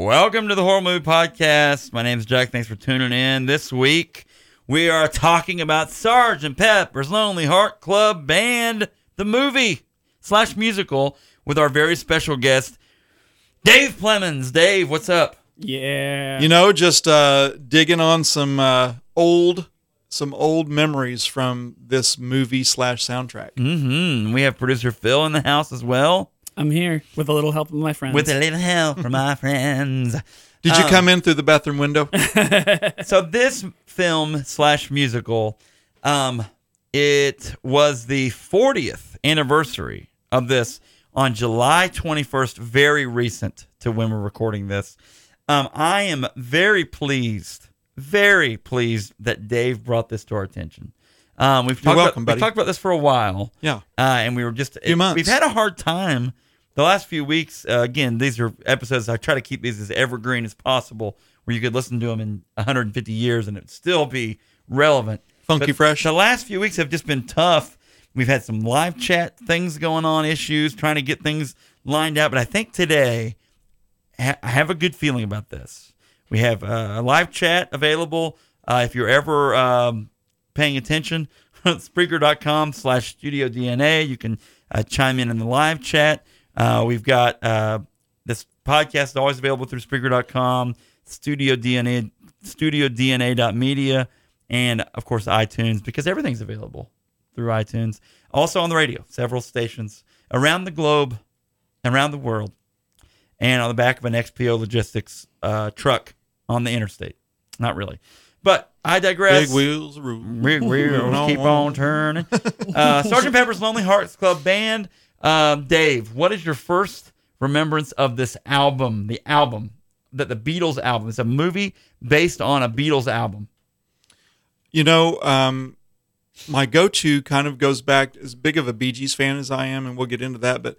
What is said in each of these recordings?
Welcome to the Horror Movie Podcast. My name is Jack. Thanks for tuning in. This week, we are talking about Sergeant Pepper's Lonely Heart Club Band, the movie slash musical, with our very special guest, Dave Plemons. Dave, what's up? Yeah. you know just uh digging on some uh old some old memories from this movie slash soundtrack Mm-hmm. We have producer Phil in the house as well, I'm here with a little help of my friends. with a little help from my friends. did you Oh. come in through the bathroom window so this film slash musical, um, it was the 40th anniversary of this on July 21st, very recent to when we're recording this. Um, I am very pleased, very pleased that Dave brought this to our attention. Um, we've talked welcome, about, buddy. we've talked about this for a while yeah uh, and we were just Few months. we've had a hard time the last few weeks. Uh, again, these are episodes I try to keep these as evergreen as possible, where you could listen to them in 150 years and it'd still be relevant. Funky But fresh. The last few weeks have just been tough. We've had some live chat things going on, issues trying to get things lined out, but I think today ha- I have a good feeling about this. We have uh, a live chat available. Uh, if you're ever um, paying attention, Spreaker.com slash Studio DNA. You can uh, chime in in the live chat. Uh, we've got uh, this podcast is always available through Spreaker.com, Studio DNA, Studio DNA.media, and of course iTunes because everything's available through iTunes. Also on the radio, several stations around the globe, around the world and on the back of an XPO Logistics uh, truck on the interstate. Not really, but I digress. big wheels rule we, we keep on turning. Uh, Sergeant Pepper's Lonely Hearts Club Band. Um, Dave, what is your first remembrance of this album? The album that the Beatles album. It's a movie based on a Beatles album. you know um my go-to kind of goes back as big of a Bee Gees fan as I am, and we'll get into that. But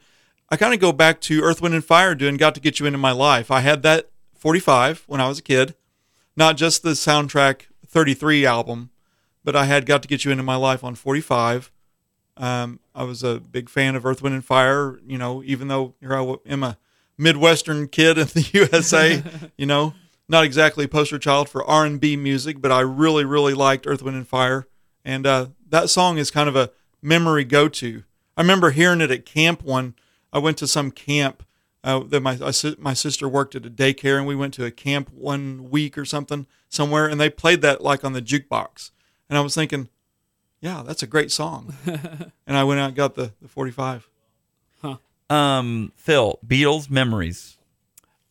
I kind of go back to Earth, Wind, and Fire doing "Got to Get You Into My Life." I had that 45 when I was a kid, not just the soundtrack 33 album, but I had "Got to Get You Into My Life" on 45. Um, I was a big fan of Earth, Wind, and Fire. You know, even though here I wa- am a Midwestern kid in the USA, you know, not exactly poster child for R&B music, but I really, really liked Earth, Wind, and Fire, and uh, that song is kind of a memory go-to. I remember hearing it at camp one. I went to some camp uh, that my I si- my sister worked at a daycare, and we went to a camp one week or something somewhere, and they played that like on the jukebox, and I was thinking, yeah, that's a great song, and I went out and got the the forty five. Um, Phil, Beatles memories.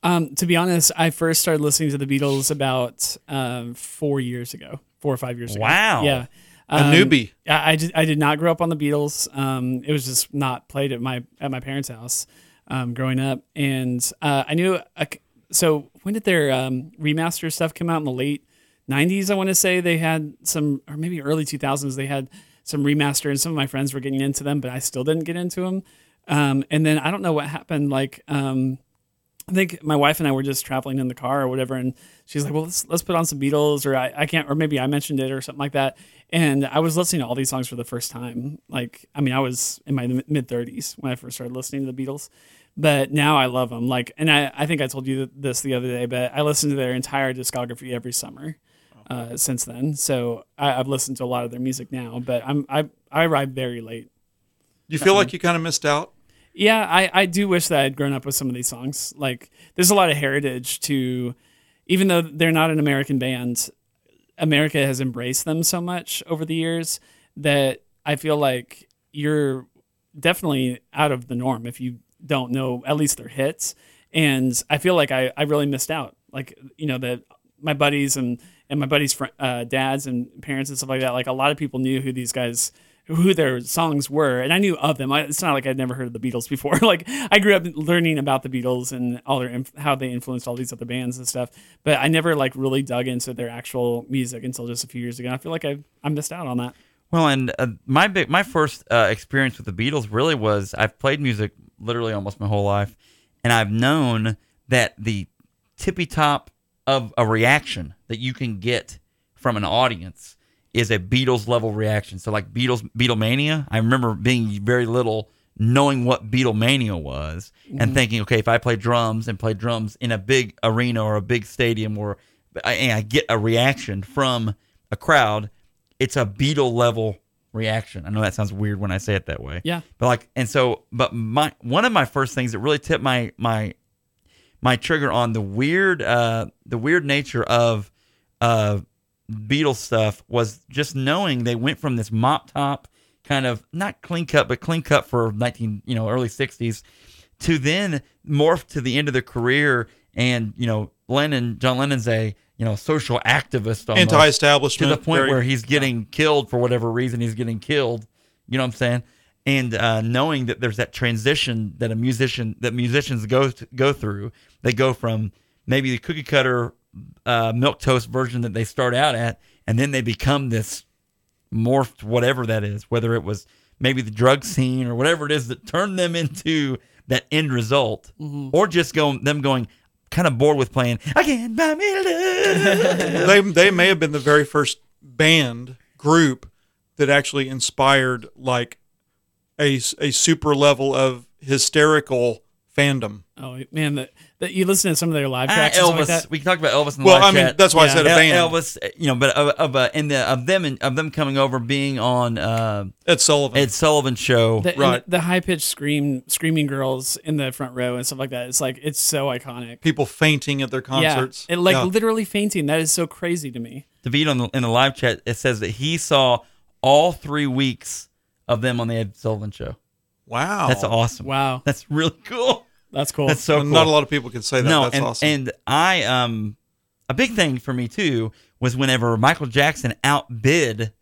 um, to be honest, I first started listening to the Beatles about um, four years ago, four or five years ago. Wow. Yeah. A Um, newbie. I, I, did, I did not grow up on the Beatles. Um, it was just not played at my at my parents' house um, growing up, and uh, I knew. A, c- so when did their um, remaster stuff come out in the late '90s? I want to say they had some, or maybe early 2000s. They had some remaster, and some of my friends were getting into them, but I still didn't get into them. Um, and then I don't know what happened. Like. Um, I think my wife and I were just traveling in the car or whatever, and she's like, "Well, let's let's put on some Beatles," or I, I can't, or maybe I mentioned it or something like that. And I was listening to all these songs for the first time. Like, I mean, I was in my mid thirties when I first started listening to the Beatles, but now I love them. Like, and I I think I told you this the other day, but I listen to their entire discography every summer uh, since then. So I, I've listened to a lot of their music now, but I'm I I arrived very late. Uh-huh. Do you feel like you kind of missed out? yeah, I, I do wish that I had grown up with some of these songs. Like, there's a lot of heritage to, even though they're not an American band, America has embraced them so much over the years that I feel like you're definitely out of the norm if you don't know at least their hits. And I feel like I, I really missed out. Like, you know, that my buddies and, and my buddies' fr- uh, dads and parents and stuff like that, like a lot of people knew who these guys who their songs were, and I knew of them. I, it's not like I'd never heard of the Beatles before. like I grew up learning about the Beatles and all their inf- how they influenced all these other bands and stuff, but I never like really dug into their actual music until just a few years ago. I feel like I I missed out on that. Well, and uh, my big, my first uh, experience with the Beatles really was I've played music literally almost my whole life, and I've known that the tippy top of a reaction that you can get from an audience is a Beatles level reaction. So like Beatles Beatlemania, I remember being very little knowing what Beatlemania was and thinking, okay, if I play drums and play drums in a big arena or a big stadium or and I get a reaction from a crowd, it's a Beatle level reaction. I know that sounds weird when I say it that way. Yeah. But like and so but my one of my first things that really tipped my my my trigger on the weird uh the weird nature of uh Beatles stuff was just knowing they went from this mop top kind of not clean cut but clean cut for 19 you know early 60s to then morph to the end of their career and you know Lennon John Lennon's a you know social activist almost to Anti-establishment the point very- where he's getting killed for whatever reason he's getting killed. You know what I'm saying? And uh, knowing that there's that transition that a musician that musicians go go through, they go from maybe the cookie cutter uh, milk toast version that they start out at, and then they become this morphed whatever that is, whether it was maybe the drug scene or whatever it is that turned them into that end result, or just going them going kind of bored with playing. I can't buy me love. they they may have been the very first band group that actually inspired like a s- a super level of hysterical fandom. Oh man, that that you listen to some of their live Ah, tracks. and stuff Elvis. like that. We can talk about Elvis in the Well, live I mean chat. that's why I Yeah. said a El- band. Elvis, uh, you know, but of, of uh, and the of them and of them coming over being on uh, Ed Sullivan. Ed Sullivan show. The, and Right. the high pitched scream, screaming girls in the front row and stuff like that. It's like it's so iconic. People fainting at their concerts. Yeah, it, like Yeah. literally fainting. That is so crazy to me. David on the, in the live chat it says that he saw all three weeks of them on the Ed Sullivan show. wow. That's awesome. Wow, That's really cool. that's cool. That's so And cool. Oh, Not a lot of people can say that. no, that's and awesome. and I um a big thing for me too was whenever Michael Jackson outbid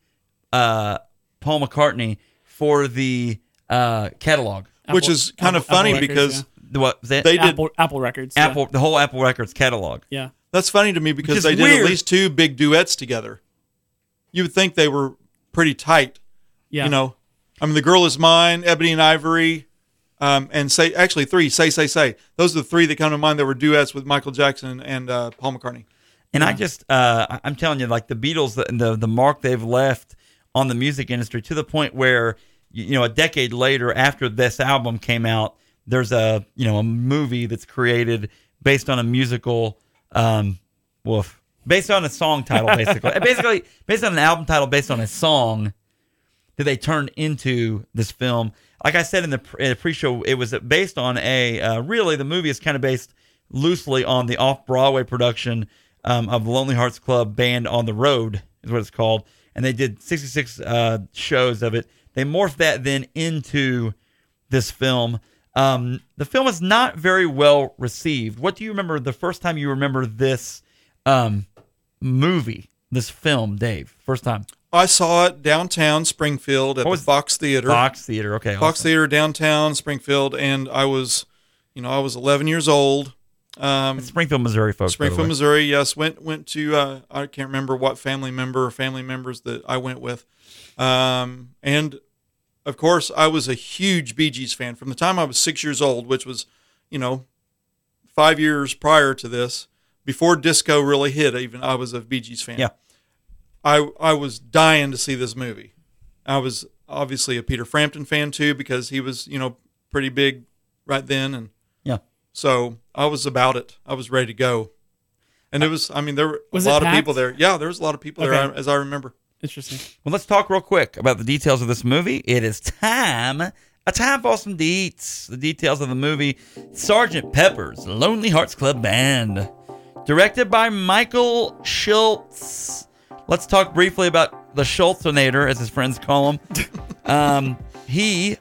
uh Paul McCartney for the uh catalog. Which Apple- is kind of Apple- Apple funny Records, because yeah. The what was that? They did- Apple, Apple Records. yeah. Apple, the whole Apple Records catalog. Yeah. that's funny to me because is they did weird. at least two big duets together. You would think they were pretty tight. Yeah. You know, I mean, the girl is mine, Ebony and Ivory, um, and say actually three, say say say. Those are the three that come to mind that were duets with Michael Jackson and uh, Paul McCartney. And I just, uh, I- I'm telling you, like the Beatles, the, the the mark they've left on the music industry to the point where, you, you know, a decade later, after this album came out, there's a you know a movie that's created based on a musical, um, woof, based on a song title, basically, basically based on an album title, based on a song that they turned into this film. Like I said in the pre- uh, pre-show, it was based on a uh, really the movie is kind of based loosely on the off-Broadway production um, of Lonely Hearts Club Band on the Road is what it's called, and they did 66 uh, shows of it. They morphed that then into this film. Um, the film is not very well received. What do you remember the first time you remember this um, movie, this film, Dave? First time I saw it downtown Springfield What at the was- Fox Theater. Fox Theater. Okay, Fox awesome. Theater downtown Springfield, and I was, you know, I was 11 years old. Um, Springfield, Missouri, folks. by the Springfield, way. Missouri. Yes, went went to uh, I can't remember what family member or family members that I went with, um, and of course I was a huge Bee Gees fan from the time I was six years old, which was you know five years prior to this, before disco really hit. Even I was a Bee Gees fan. Yeah. I I was dying to see this movie. I was obviously a Peter Frampton fan too because he was you know pretty big right then and Yeah. so I was about it. I was ready to go. And it was, I mean, there were Uh, Was a it lot of packed? people there. Yeah, there was a lot of people there, Okay. I- as I remember. Interesting. Well, let's talk real quick about the details of this movie. It is time A Time for Some Deets. The details of the movie Sergeant Pepper's Lonely Hearts Club Band. Directed by Michael Schultz. Let's talk briefly about the Schultzonator, as his friends call him. um, he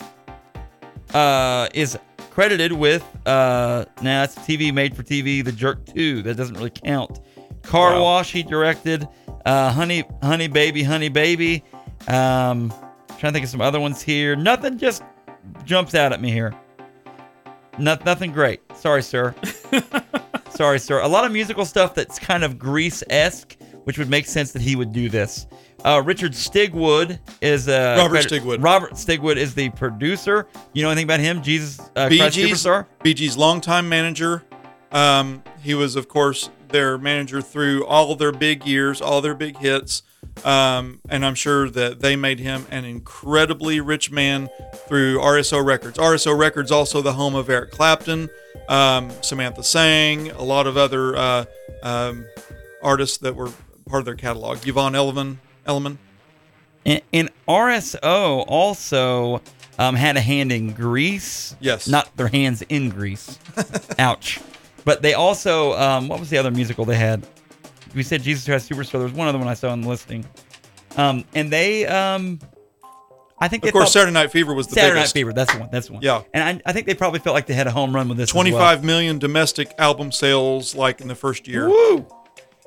uh, is credited with uh, now nah, it's TV made for TV, The Jerk Two. That doesn't really count. Car Wow. Wash he directed, uh, Honey Honey Baby Honey Baby. Um, trying to think of some other ones here. Nothing just jumps out at me here. No, nothing great. Sorry, sir. Sorry, sir. A lot of musical stuff that's kind of Grease esque, which would make sense that he would do this. Uh, Richard Stigwood is uh, Robert Stigwood. Robert Stigwood is the producer. You know anything about him? Jesus uh, Bee Christ Gees- Superstar. Bee Gees' longtime manager. Um, he was, of course, their manager through all their big years, all their big hits. Um, and I'm sure that they made him an incredibly rich man through RSO Records. RSO Records, also the home of Eric Clapton, um, Samantha Sang, a lot of other uh, um, artists that were part of their catalog. Yvonne Elliman. Elliman. And, and RSO also um, had a hand in Greece. Yes. Not their hands in Greece. Ouch. But they also, um, what was the other musical they had? We said Jesus Christ Superstar. There was one other one I saw on the listing. Um, and they, um, I think they Of course, felt- Saturday Night Fever was the Saturday Night biggest. Fever. That's the one. That's the one. Yeah. And I, I think they probably felt like they had a home run with this. as well. Twenty-five million domestic album sales, like in the first year. Woo!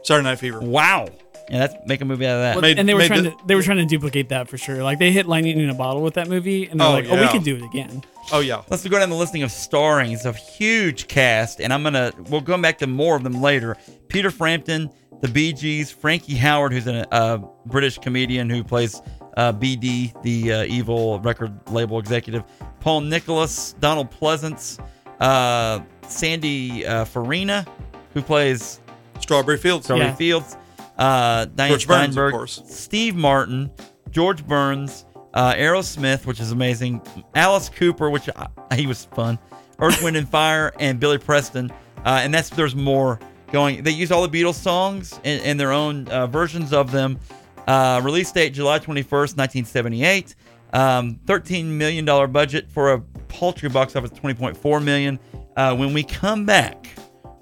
Saturday Night Fever. Wow. Yeah, that's make a movie out of that. Well, Made- and they were made trying the- to they were trying to duplicate that for sure. Like they hit lightning in a bottle with that movie, and they're Oh, like, "Oh, we yeah. can do it again." Oh yeah. Let's go down the listing of starring. It's a huge cast, and I'm gonna we'll come back to more of them later. Peter Frampton, the Bee Gees, Frankie Howard, who's a uh, British comedian who plays uh, BD, the uh, evil record label executive. Paul Nicholas, Donald Pleasance, uh, Sandy uh, Farina, who plays Strawberry Fields. Charlie Yeah. Fields, uh, Diane George Burns, of Steinberg, course. Steve Martin, George Burns, uh, Aerosmith, which is amazing, Alice Cooper, which I, he was fun, Earth, Wind, and Fire, and Billy Preston. Uh, and that's there's more going. They used all the Beatles songs and, and their own uh, versions of them. Uh, release date July 21st, 1978. Um, 13 million dollar budget for a paltry box office 20.4 million. Uh, when we come back,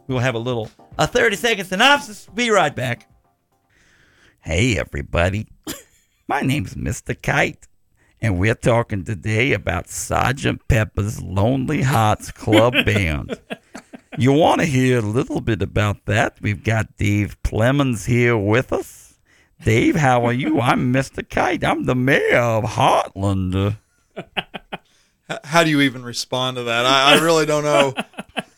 we will have a little a 30 second synopsis. Be right back. Hey everybody. My name's Mr. Kite, and we're talking today about Sergeant Pepper's Lonely Hearts Club Band. You want to hear a little bit about that? We've got Dave Plemons here with us. Dave, how are you? I'm Mr. Kite. I'm the mayor of Heartland. H- How do you even respond to that? I, I really don't know.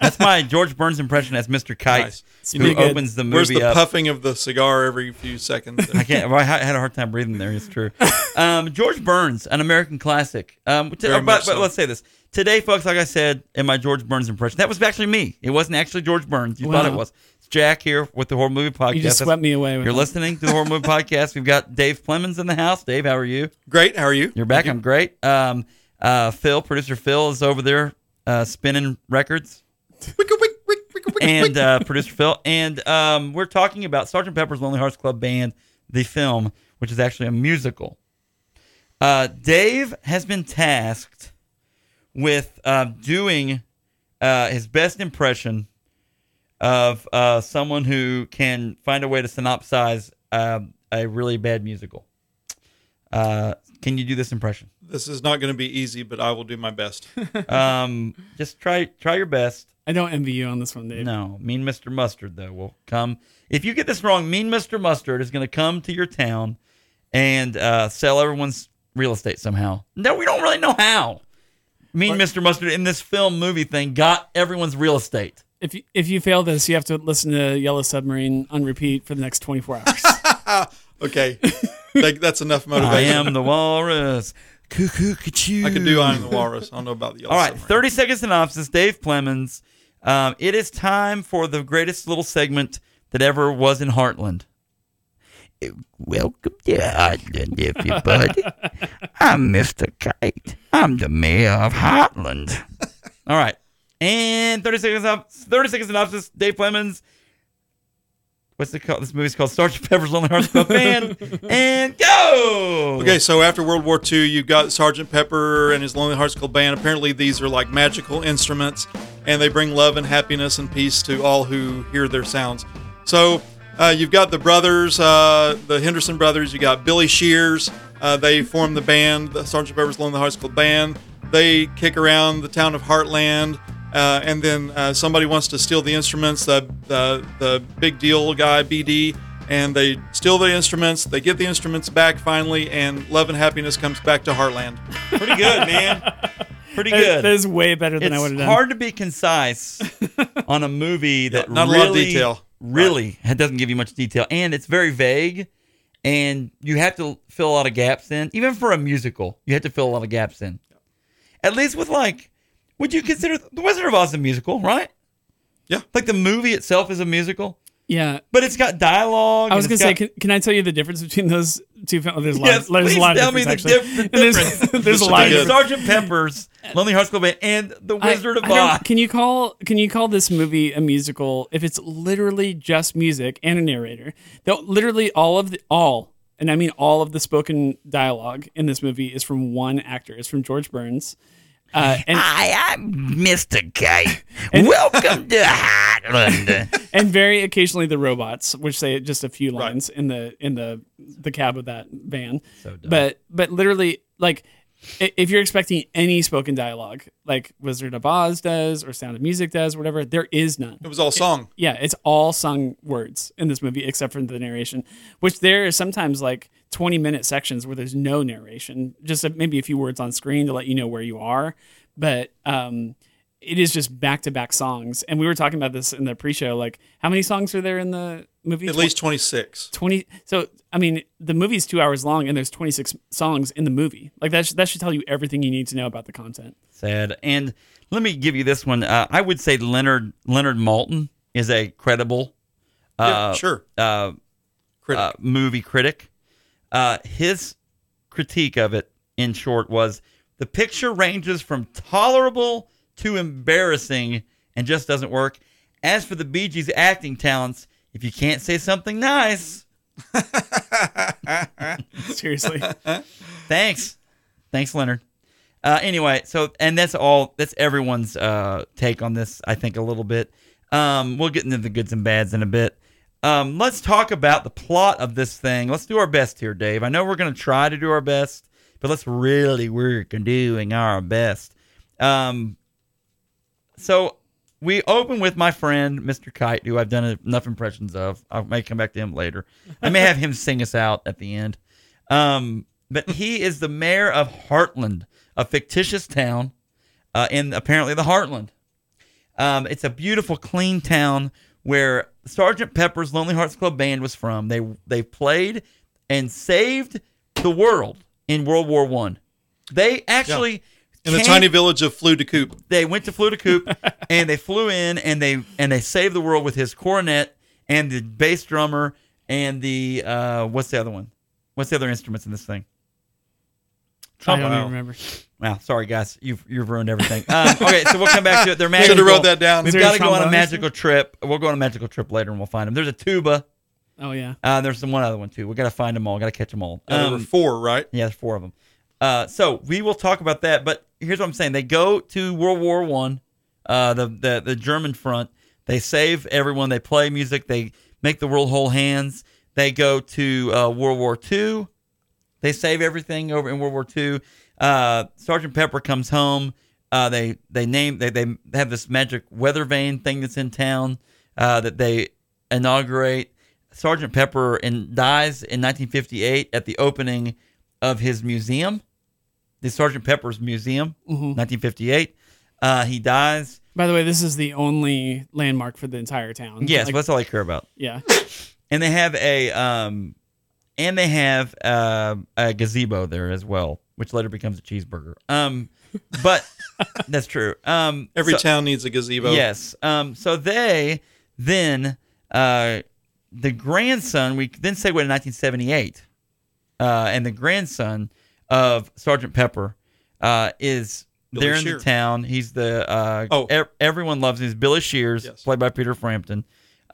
That's my George Burns impression as Mr. Kite, Nice. who pretty good. opens the movie Where's the up. puffing of the cigar every few seconds? I can't. I had a hard time breathing there. It's true. Um, George Burns, an American classic. Um, t- Very but, much but so. let's say this today, folks. Like I said in my George Burns impression, that was actually me. It wasn't actually George Burns. You thought it Wow. was. It's Jack here with the horror movie podcast. You just That's- swept me away. With You're that. listening to the horror movie podcast. We've got Dave Plemons in the house. Dave, how are you? Great. How are you? You're back. I'm great. Um, uh, Phil, producer Phil, is over there uh, spinning records Wick, wick, wick, wick, wick, and wick. uh, producer Phil, and um, we're talking about Sergeant Pepper's Lonely Hearts Club Band, the film, which is actually a musical. Uh, Dave has been tasked with uh, doing uh, his best impression of uh, someone who can find a way to synopsize um a really bad musical. Uh, can you do this impression? this is not going to be easy, but I will do my best. Um, just try try your best. I don't envy you on this one, Dave. No, Mean Mr. Mustard though will come. If you get this wrong, Mean Mr. Mustard is going to come to your town and uh, sell everyone's real estate somehow. No, we don't really know how. Mean Mr. Mustard in this film movie thing got everyone's real estate. If you, if you fail this, you have to listen to Yellow Submarine on repeat for the next 24 hours. Okay. Like, that's enough I motivation. am the walrus. Cuckoo, cuckoo. I can do I Am the Walrus. I don't know about the other. All right, submarine. 30 second synopsis. Dave Plemons. Um, it is time for the greatest little segment that ever was in Heartland. Eh, Welcome to Heartland, everybody. I'm Mr. Kite. I'm the mayor of Heartland. All right. And 30 seconds up. 30 seconds synopsis. Dave Plemons. What's it called? This movie's called Sgt. Pepper's Lonely Hearts Club Band. and go. Okay, so after World War II, you've got Sergeant Pepper and his Lonely Hearts Club Band. Apparently, these are like magical instruments, and they bring love and happiness and peace to all who hear their sounds. So uh, you've got the brothers, uh, the Henderson brothers. You got Billy Shears. Uh, they form the band, the Sergeant Pepper's Lonely Hearts Club Band. They kick around the town of Heartland, uh, and then uh, somebody wants to steal the instruments. The, the the big deal guy BD and they steal the instruments. They get the instruments back finally, and love and happiness comes back to Heartland. Pretty good, man. Pretty That- good. That is way better than I would have it's done. hard to be concise on a movie that not a really, lot of detail. Really, it doesn't give you much detail, and it's very vague, and you have to fill a lot of gaps in. Even for a musical, you have to fill a lot of gaps in. At least with like, would you consider The Wizard of Oz a musical? Right? Yeah. Like the movie itself is a musical, Yeah. but it's got dialogue. I was and gonna it's say, got- can, can I tell you the difference between those two films? There's a lot. Yes, there's please a lot tell of me the difference, dif- actually. the And There's, there's a lot of be good. difference. Sergeant Pepper's Lonely Hearts Club Band and The I- Wizard I of don't- Oz. Can you call can you call this movie a musical if it's literally just music and a narrator? Though literally all of the all and I mean all of the spoken dialogue in this movie is from one actor. It's from George Burns. Uh, and Ah, Hi, I'm Mr. Kite. Welcome to Heartland. and very occasionally the robots, which say just a few lines in the in the the cab of that van. But but literally like i- if you're expecting any spoken dialogue like Wizard of Oz does or Sound of Music does, whatever, there is none. It was all song. Yeah, it's all sung words in this movie except for the narration, which there is sometimes like 20 minute sections where there's no narration, just a, maybe a few words on screen to let you know where you are. But um, it is just back to back songs. And we were talking about this in the pre show like, how many songs are there in the movie? At least 26. 20. So, I mean, the movie's two hours long and there's 26 songs in the movie. Like, that, sh- that should tell you everything you need to know about the content. Sad. And let me give you this one. Uh, I would say Leonard Leonard Malton is a credible yeah, uh, sure. uh, Critic. uh, movie critic. Uh, his critique of it, in short, was the picture ranges from tolerable to embarrassing and just doesn't work. As for the Bee Gees' acting talents, if you can't say something nice, Seriously. Thanks. Thanks, Leonard. Uh, anyway, so and that's all. That's everyone's uh, take on this. I think a little bit. Um, we'll get into the goods and bads in a bit. Um, let's talk about the plot of this thing. Let's do our best here, Dave. I know we're going to try to do our best, but let's really work on doing our best. Um, so we open with my friend Mr. Kite, who I've done enough impressions of. I may come back to him later. I may have him sing us out at the end. Um, but he is the mayor of Heartland, a fictitious town uh, in apparently the Heartland. Um, it's a beautiful, clean town where Sergeant Pepper's Lonely Hearts Club Band was from. They they played and saved the world in World War One. They actually In the came- tiny village of Fleur de Coupe. they went to flew to coop and they flew in and they and they saved the world with his cornet and the bass drummer and the uh what's the other one what's the other instruments in this thing I don't Wow. even remember. wow sorry guys you've you've ruined everything um, okay so we'll come back to it they're magical Should have wrote that down. we've there got a to go on a trombone? magical trip we'll go on a magical trip later and we'll find them there's a tuba Oh, yeah. uh there's some one other one too we got to find them all got to catch them all Yeah, there were Um, four, right? yeah, there's four of them. Uh, so we will talk about that. But here's what I'm saying: they go to World War One, uh, the, the the German front. They save everyone. They play music. They make the world hold hands. They go to uh, World War Two. They save everything over in World War Two. Uh, Sergeant Pepper comes home. Uh, they they name they they have this magic weather vane thing that's in town uh, that they inaugurate. Sergeant Pepper and dies in 1958 at the opening of his museum, the Sergeant Pepper's Museum, 1958. Uh, he dies. By the way, this is the only landmark for the entire town. Yes, Like, that's all I care about. yeah. and they have a um and they have uh, a gazebo there as well which later becomes a cheeseburger um but that's true um Every so- town needs a gazebo. yes um so they then uh the grandson we then segue to 1978 uh and the grandson of sergeant pepper uh is Billy there in Shear. the town he's the uh Oh. ev- everyone loves him he's billy shears Yes. played by peter frampton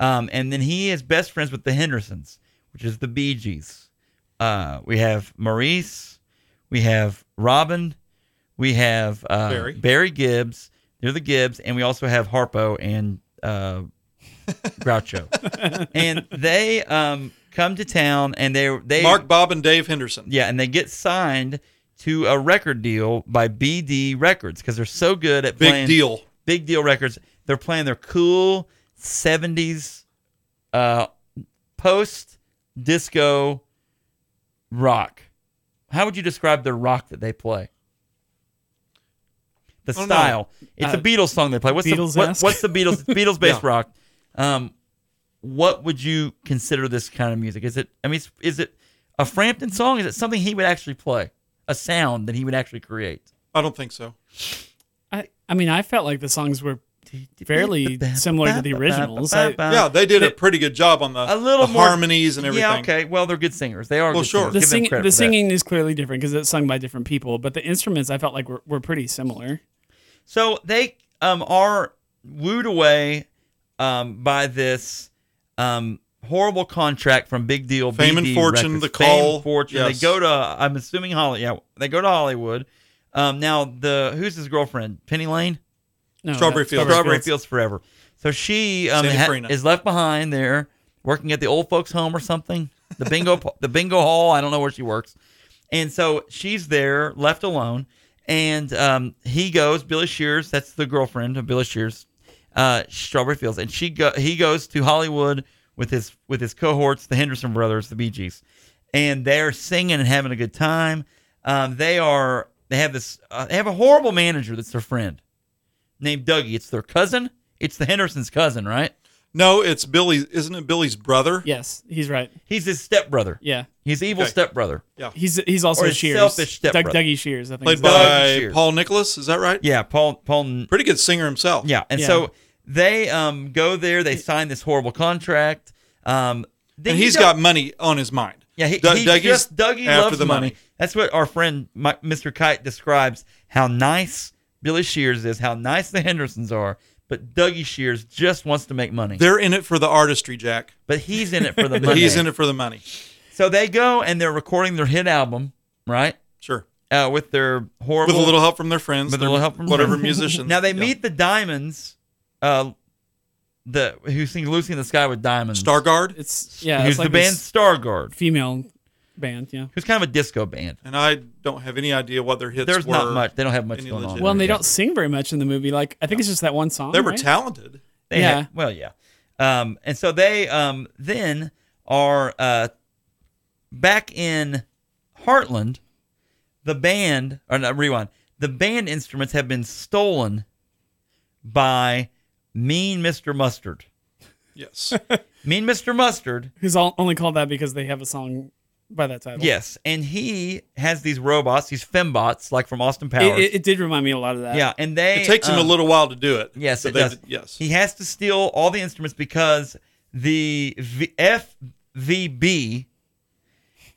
Um, and then he is best friends with the Hendersons, which is the Bee Gees. Uh, we have Maurice, we have Robin, we have uh, Barry. Gibbs. They're the Gibbs, and we also have Harpo and uh, Groucho. and they um, come to town, and they they Mark, Bob, and Dave Henderson. yeah, and they get signed to a record deal by BD Records because they're so good at Big playing deal. Big Deal Records. They're playing their cool 70s uh, post disco rock. How would you describe the rock that they play? The I don't know. style. It's Uh, a Beatles song they play. What's the, what, Beatles-esque? what's the Beatles? Beatles based Yeah. rock. Um, what would you consider this kind of music? Is it? I mean, is- is it a Frampton song? Is it something he would actually play? A sound that he would actually create? I don't think so. I, I mean, I felt like the songs were fairly similar to the originals. I, yeah, they did a pretty good job on the, Uh, a little the more- harmonies and everything. Yeah, okay. Well, they're good singers. They are. Well, good sure. singers. the Give them sing, credit the for that. singing is clearly different because it's sung by different people, but the instruments I felt like were, were pretty similar. So they um, are wooed away um, by this um, horrible contract from Big Deal. Fame and BD Fortune, Records. the Fame call, and fortune. yes. They go to. I'm assuming Hollywood. Yeah, they go to Hollywood. Um, now the who's his girlfriend? Penny Lane. No, Strawberry that's- Fields. Strawberry Fields Forever. So she um, Santa ha- Farina. is left behind there, working at the old folks' home or something. The bingo, the bingo hall. I don't know where she works. And so she's there, left alone. And um, he goes, Billy Shears. That's the girlfriend of Billy Shears, uh, Strawberry Fields. And she go, he goes to Hollywood with his with his cohorts, the Henderson brothers, the Bee Gees, and they're singing and having a good time. Um, they are. They have this. Uh, they have a horrible manager that's their friend named Dougie. It's their cousin. It's the Henderson's cousin, right? No, it's Billy. Isn't it Billy's brother? Yes, he's right. He's his stepbrother. Yeah, He's evil Okay. stepbrother. he's he's also Or his Shears. selfish Doug, stepbrother. Dougie Shears, I think. Played is that- Doug by Shear. Paul Nicholas. Is that right? Yeah, Paul Paul Pretty good singer himself. Yeah, and Yeah. so they um go there. They sign this horrible contract. Um, then And he he's does- got money on his mind. yeah. He, Doug- he Dougie's just Dougie after loves the money. money. That's what our friend Mi- Mr. Kite describes. How nice Billy Shears is. How nice the Hendersons are. But Dougie Shears just wants to make money. They're in it for the artistry, Jack. but he's in it for the money. He's in it for the money. So they go and they're recording their hit album, right? Sure. Uh, with their horrible With a little help from their friends, With a little help from whatever friends. musicians. Now they Yeah. meet the Diamonds, uh, the who sings "Lucy in the Sky with Diamonds." Stargard, It's yeah, who's it's like the band this Stargard, female band. Yeah. who's kind of a disco band. and I don't have any idea what their hits There's were. not much. They don't have much any going on. legit- Well, and they there. don't sing very much in the movie. Like I think it's just that one song. They were right? talented. They Yeah. had- well, yeah. Um, and so they um, then are uh, back in Heartland. The band, or not, rewind. The band instruments have been stolen by Mean Mr. Mustard. Yes. Mean Mr. Mustard Who's all, only called that because they have a song by that title. Yes, and he has these robots, these fembots, like from Austin Powers. It, it, it did remind me a lot of that. yeah, and they It takes him a um, little while to do it. Yes, but it they does. did- Yes. He has to steal all the instruments because the v- FVB,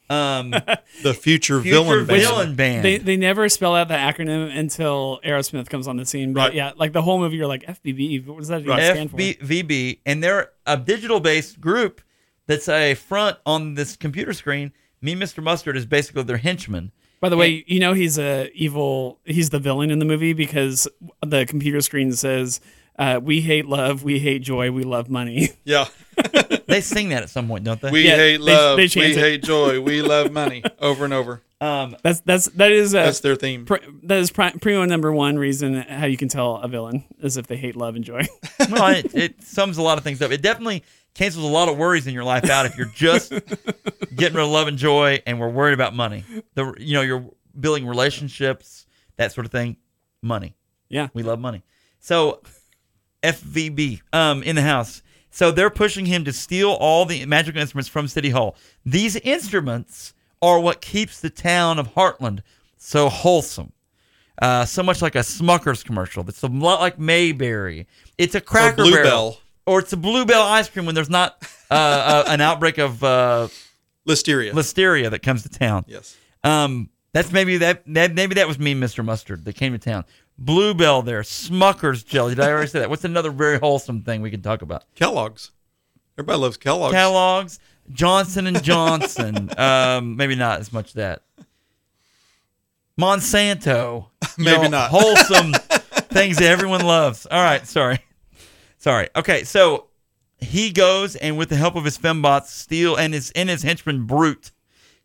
um, The future future, villain. villain, band. band. They, they never spell out the acronym until Aerosmith comes on the scene. But Right. yeah, like the whole movie, you're like FBB. What does that even stand for? FVB, and they're a digital-based group that's a front on this computer screen. Me, and Mr. Mustard is basically their henchman. By the way, you know he's a evil. He's the villain in the movie because the computer screen says, uh, "We hate love. We hate joy. We love money." Yeah. They sing that at some point, don't they? We Yeah, hate they- love. they we chant it. hate joy. We love money. Over and over. um, That's that's that is uh, That's their theme. pr- that is pri- primo number one reason how you can tell a villain is if they hate love and joy. well, it, it sums a lot of things up. It definitely cancels a lot of worries in your life out if you're just getting rid of love and joy, and we're worried about money. The you know you're building relationships, that sort of thing. Money, yeah, we love money. So FVB um, in the house. So they're pushing him to steal all the magical instruments from City Hall. These instruments are what keeps the town of Heartland so wholesome. Uh, so much like a Smucker's commercial. It's a lot like Mayberry. It's a Cracker Blue Barrel. Bell. Or it's a Bluebell ice cream when there's not uh, uh, an outbreak of uh, Listeria. listeria that comes to town. yes. Um, that's maybe that, that maybe that was me, Mr. Mustard, that came to town. Bluebell there, Smucker's jelly. Did I already say that? What's another very wholesome thing we can talk about? Kellogg's. Everybody loves Kellogg's. Kellogg's, Johnson and Johnson. um, maybe not as much that. Monsanto. You Maybe not. wholesome things that everyone loves. All right, sorry. Sorry. Okay, so he goes and with the help of his fembots, steal and his and his henchman Brute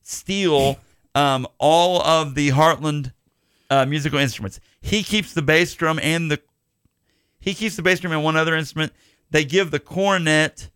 steal um, all of the Heartland uh, musical instruments. He keeps the bass drum and the he keeps the bass drum and one other instrument. They give the cornet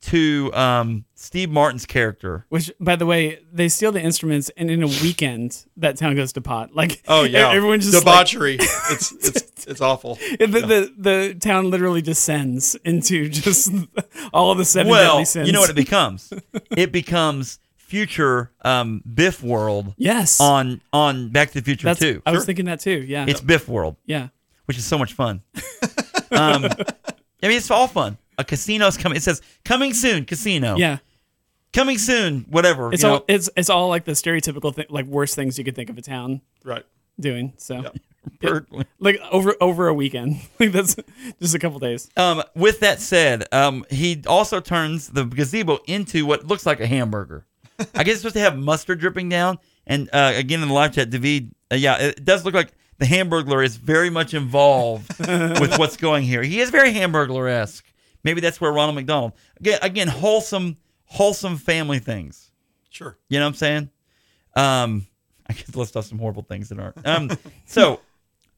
to um, Steve Martin's character. Which, by the way, they steal the instruments, and in a weekend, that town goes to pot. Like, Oh yeah, everyone E- just like, debauchery. it's, it's it's awful. the, the the town literally descends into just all of the seven Well, deadly sins. you know what it becomes? it becomes future um, Biff World yes, on on Back to the Future that's. too. I was thinking that too. Yeah, It's Biff World, yeah. which is so much fun. um, I mean, it's all fun. A casino's coming. It says coming soon, casino. Yeah, Coming soon, whatever. it's you all know. it's it's all like the stereotypical thi- like worst things you could think of a town Right. doing. So Perfectly. like over over a weekend, like that's just a couple days. Um, with that said, um, he also turns the gazebo into what looks like a hamburger. I guess it's supposed to have mustard dripping down. And uh, again, in the live chat, David, uh, yeah, it does look like the Hamburglar is very much involved with what's going here. He is very Hamburglar esque. Maybe that's where Ronald McDonald again, again, wholesome, wholesome family things. Sure. You know what I'm saying? Um, I could list off some horrible things that aren't. Um, so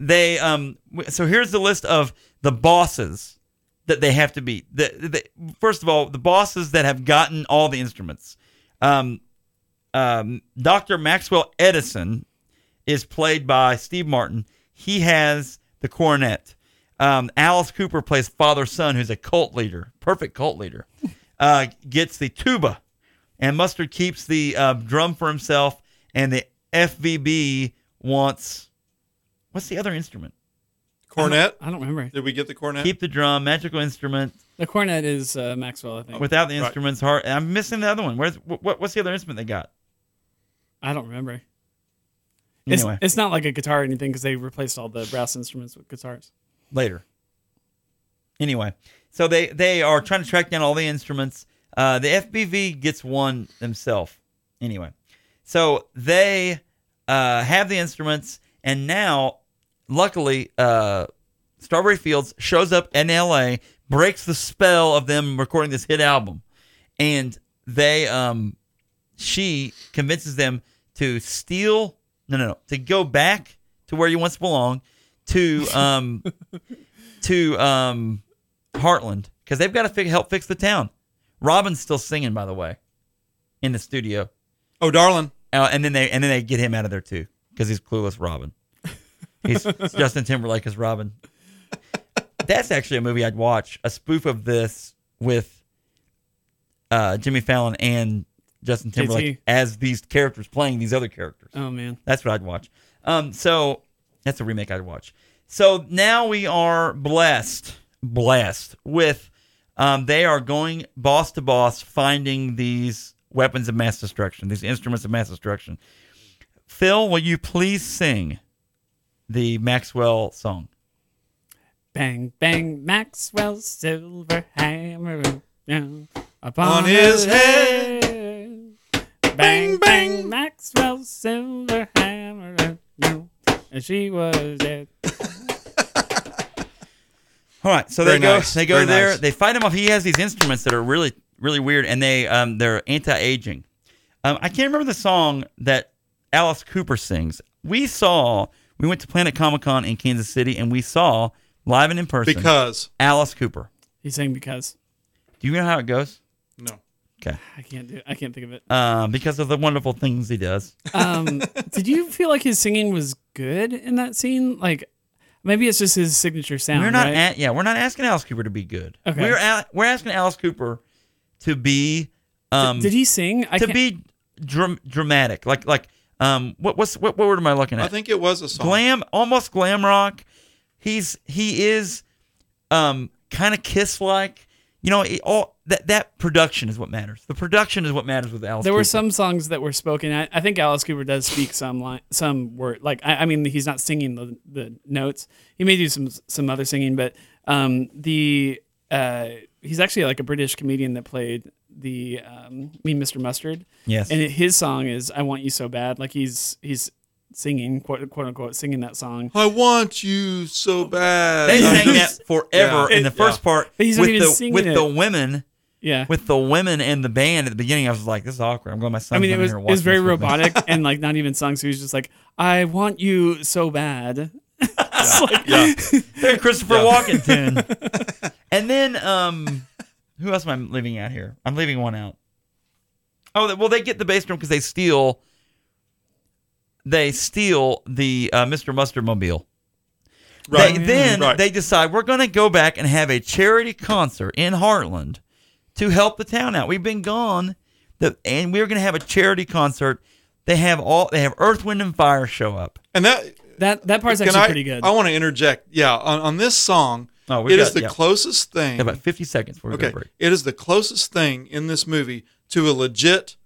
they um, w- so here's the list of the bosses that they have to beat. The, the, first of all, the bosses that have gotten all the instruments. Um, um, Dr. Maxwell Edison is played by Steve Martin. He has the cornet. Um, Alice Cooper plays father son, who's a cult leader, perfect cult leader. Uh, gets the tuba, and Mustard keeps the uh, drum for himself. And the FVB wants what's the other instrument? Cornet. I don't remember. Did we get the cornet? Keep the drum, magical instrument. The cornet is uh, Maxwell, I think. Without the instruments, hard. I'm missing the other one. Where's what? What's the other instrument they got? I don't remember. It's, Anyway, it's not like a guitar or anything because they replaced all the brass instruments with guitars. later. Anyway, so they they are trying to track down all the instruments. Uh, the FBV gets one himself. Anyway, so they uh, have the instruments, and now, luckily, uh, Strawberry Fields shows up in LA, breaks the spell of them recording this hit album, and they um, she convinces them to steal no no no to go back to where you once belonged to um to um Heartland because they've got to fi- help fix the town. Robin's still singing by the way in the studio, oh, darling. uh, and then they and then they get him out of there too because he's clueless Robin. He's Justin Timberlake as Robin. That's actually a movie I'd watch a spoof of this with uh, Jimmy Fallon and Justin Timberlake JT. as these characters playing these other characters. Oh man, That's what I'd watch. Um, so that's a remake I'd watch. So now we are blessed, blessed with. Um, they are going boss to boss, finding these weapons of mass destruction, these instruments of mass destruction. Phil, will you please sing the Maxwell song? bang bang Maxwell's silver hammer down On upon his head. Bang Bang, bang bang. Maxwell's silver hammer down, and she was dead. All right, so Very they go. nice, They go very there. nice. They fight him off. He has these instruments that are really, really weird, and they um, they're anti-aging. Um, I can't remember the song that Alice Cooper sings. We saw. We went to Planet Comic Con in Kansas City, and we saw live and in person Because Alice Cooper. He's saying because Do you know how it goes? no. I can't do I can't think of it. Uh, because of the wonderful things he does. Um, did you feel like his singing was good in that scene? Like maybe it's just his signature sound. We're not right? at, yeah, we're not asking Alice Cooper to be good. Okay. We're a, we're asking Alice Cooper to be um Did he sing? I to can't- be dram- dramatic. Like like um what what's what, what word am I looking at? I think it was a song. glam almost glam rock. He's he is um kind of kiss like. You know, it, all that that production is what matters. The production is what matters with Alice. There were Cooper. some songs that were spoken. I, I think Alice Cooper does speak some line, some word. Like I, I mean, he's not singing the, the notes. He may do some some other singing, but um, the uh, he's actually like a British comedian that played the um, Mean Mr. Mustard, Yes. and his song is "I Want You So Bad." Like he's he's singing quote quote unquote singing that song. I want you so bad. they sang that forever Yeah. in the first part But with he's not even the singing with the it. women Yeah, with the women and the band at the beginning. I was like, this is awkward. I'm going. My son. I mean it was here it to watch was very this with me. robotic and like not even sung. So he was just like, "I want you so bad." It's like- Yeah. Very Christopher Yeah. Walken tune. and then um, who else am I leaving out here? I'm leaving one out. Oh th- well, they get the bass drum because they steal. They steal the uh, Mr. Mustard mobile. Right. They, then Right. they decide we're going to go back and have a charity concert in Heartland to help the town out. We've been gone, the, and we're going to have a charity concert. They have all they have Earth, Wind, and Fire show up. and that that that part's actually Can I, pretty good. I want to interject. Yeah, on, on this song, Oh, it we've is got- the yeah. closest We thing. have about 50 seconds before we go okay, to break. it is the closest thing in this movie to a legit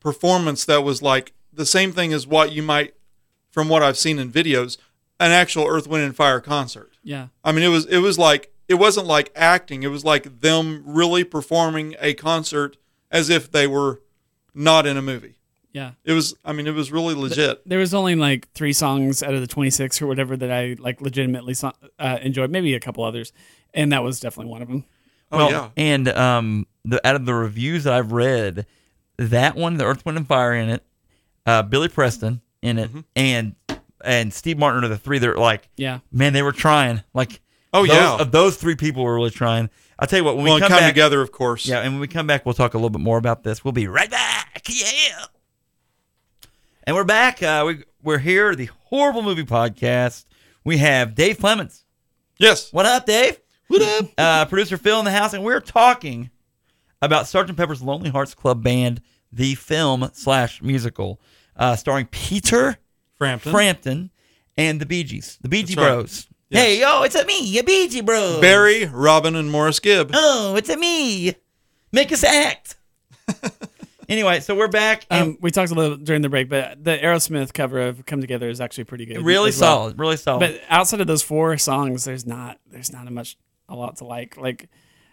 performance that was like the same thing as what you might, from what I've seen in videos, an actual Earth, Wind, and Fire concert. yeah, I mean, it was it was like it wasn't like acting. It was like them really performing a concert as if they were not in a movie. yeah. It was. I mean, it was really legit. There was only like three songs out of the 26 or whatever that I like legitimately so- uh, enjoyed, maybe a couple others, and that was definitely one of them. Oh well, yeah. and um, the out of the reviews that I've read, that one, the Earth, Wind, and Fire in it, uh, Billy Preston in it, Mm-hmm. and and Steve Martin are the three. They're like, Yeah. man, they were trying. Like, Oh, those- yeah. of those three people were really trying. I'll tell you what, when well, we and come come back, together, of course. yeah, and when we come back, we'll talk a little bit more about this. We'll be right back. Yeah, and we're back. Uh, we we're here, the horrible movie podcast. We have Dave Clements. Yes. What up, Dave? What up? Uh, producer Phil in the house, and we're talking about Sgt. Pepper's Lonely Hearts Club Band, the film slash musical, uh, starring Peter Frampton. Frampton and the Bee Gees, the Bee Gee right. Bros. Hey, yo, it's a me, your Bee Gee Bros. Barry, Robin, and Morris Gibb. Oh, it's a me. Make us act. anyway, so we're back. And Um, we talked a little during the break, but the Aerosmith cover of "Come Together" is actually pretty good. really Um, as well. solid, really solid. But outside of those four songs, there's not there's not a much a lot to like. Like,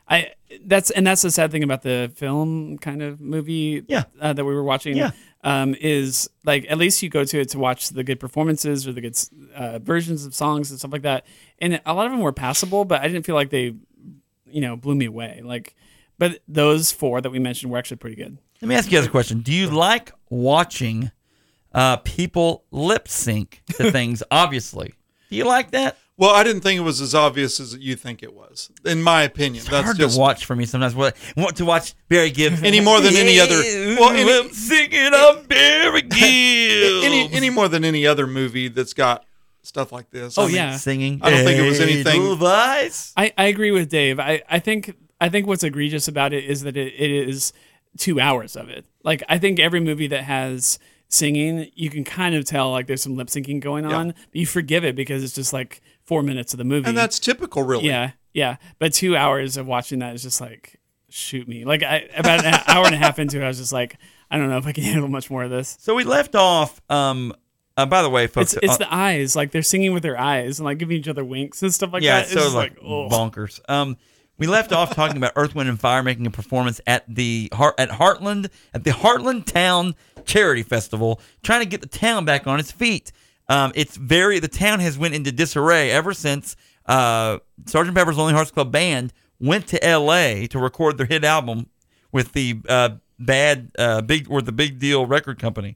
I that's and that's the sad thing about the film kind of movie. Yeah. uh, that we were watching. Yeah. um, is like at least you go to it to watch the good performances or the good uh, versions of songs and stuff like that. And a lot of them were passable, but I didn't feel like they, you know, blew me away. Like, but those four that we mentioned were actually pretty good. Let me ask you guys a question. Do you like watching uh, people lip sync to things? Obviously, do you like that? Well, I didn't think it was as obvious as you think it was, in my opinion. It's That's hard just to watch for me sometimes. What want to watch Barry Gibbs Any more than any other- Well, well, any- I'm singing, I'm Barry Gibbs. any any more than any other movie that's got stuff like this. Oh, I mean, yeah. singing. I don't think it was anything- Little Vice. I, I agree with Dave. I, I think I think what's egregious about it is that it, it is two hours of it. Like I think every movie that has singing, you can kind of tell like there's some lip syncing going on, but you forgive it because it's just like four minutes of the movie. And that's typical, really. yeah, yeah. But two hours of watching that is just like shoot me. Like I about an hour and a half into it, I was just like, I don't know if I can handle much more of this. So we left off. Um, uh, by the way, folks, It's it's uh, the eyes, like they're singing with their eyes and like giving each other winks and stuff like yeah, that. it's so just like, oh. bonkers. Um, we left off talking about Earth, Wind, and Fire making a performance at the Heart at Heartland at the Heartland Town Charity Festival, trying to get the town back on its feet. Um, it's very the town has went into disarray ever since uh, Sergeant Pepper's Lonely Hearts Club Band went to L.A. to record their hit album with the uh, bad uh, big or the Big Deal record company,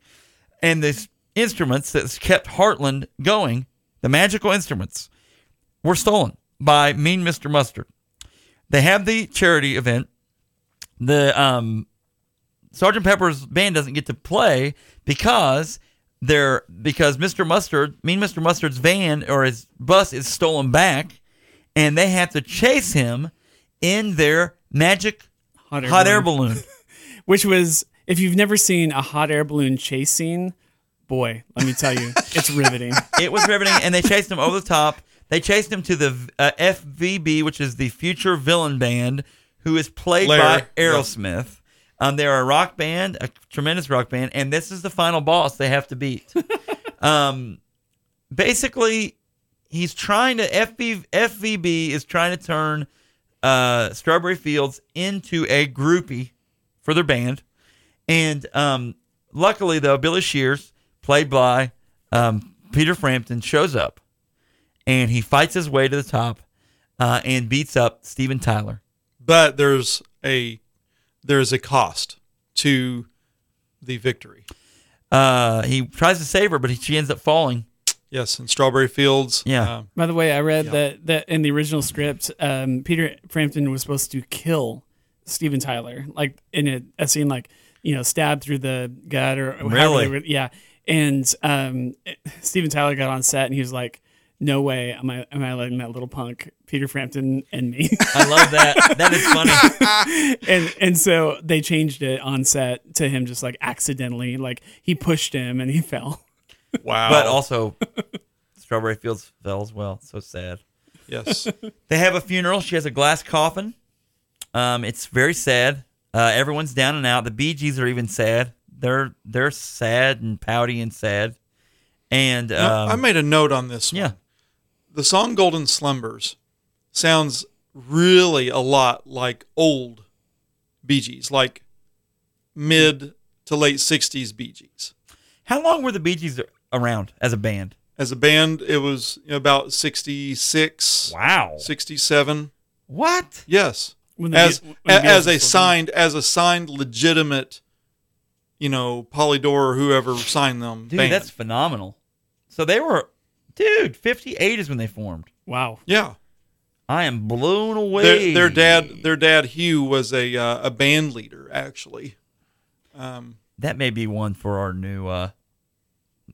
and this instruments that's kept Heartland going, the magical instruments were stolen by Mean Mr. Mustard. They have the charity event. The um, Sergeant Pepper's band doesn't get to play because they're because Mr. Mustard, Mean Mr. Mustard's van or his bus is stolen back, and they have to chase him in their magic hot Hot air, air balloon. which was if you've never seen a hot air balloon chase scene, boy, let me tell you, it's riveting. it was riveting, and they chased him over the top. They chased him to the uh, FVB, which is the Future Villain Band, who is played Lair, by yeah. Aerosmith. Um, they're a rock band, a tremendous rock band, and this is the final boss they have to beat. um, basically, he's trying to FV, FVB is trying to turn uh, Strawberry Fields into a groupie for their band. And um, luckily, though, Billy Shears, played by um, Peter Frampton, shows up and he fights his way to the top uh, and beats up Steven Tyler. But there's a there's a cost to the victory. Uh, he tries to save her, but he, she ends up falling. Yes, in Strawberry Fields. Yeah. um, By the way, I read Yeah. that, that in the original script, um, Peter Frampton was supposed to kill Steven Tyler, like in a, a scene like, you know, stabbed through the gut or however Really? they were- yeah. And um, Steven Tyler got on set and he was like, no way am I, am I letting that little punk, Peter Frampton, and me. I love that. that is funny. and and so they changed it on set to him just like accidentally, like he pushed him and he fell. wow. But also, Strawberry Fields fell as well. So sad. yes. They have a funeral. She has a glass coffin. Um, it's very sad. Uh, everyone's down and out. The Bee Gees are even sad. They're they're sad and pouty and sad. And Now, um, I made a note on this. One. yeah, the song "Golden Slumbers" sounds really a lot like old Bee Gees, like mid to late '60s Bee Gees. how long were the Bee Gees around as a band? As a band, it was you know, about 66, Wow, 67. what? Yes, When the as Be- when the a- as Beatles a was- signed as a signed legitimate, you know, Polydor or whoever signed them. Dude, band. that's phenomenal. So they were, dude. Fifty eight is when they formed. Wow. yeah. I am blown away. Their, their dad, their dad Hugh was a uh, a band leader actually. Um, That may be one for our new uh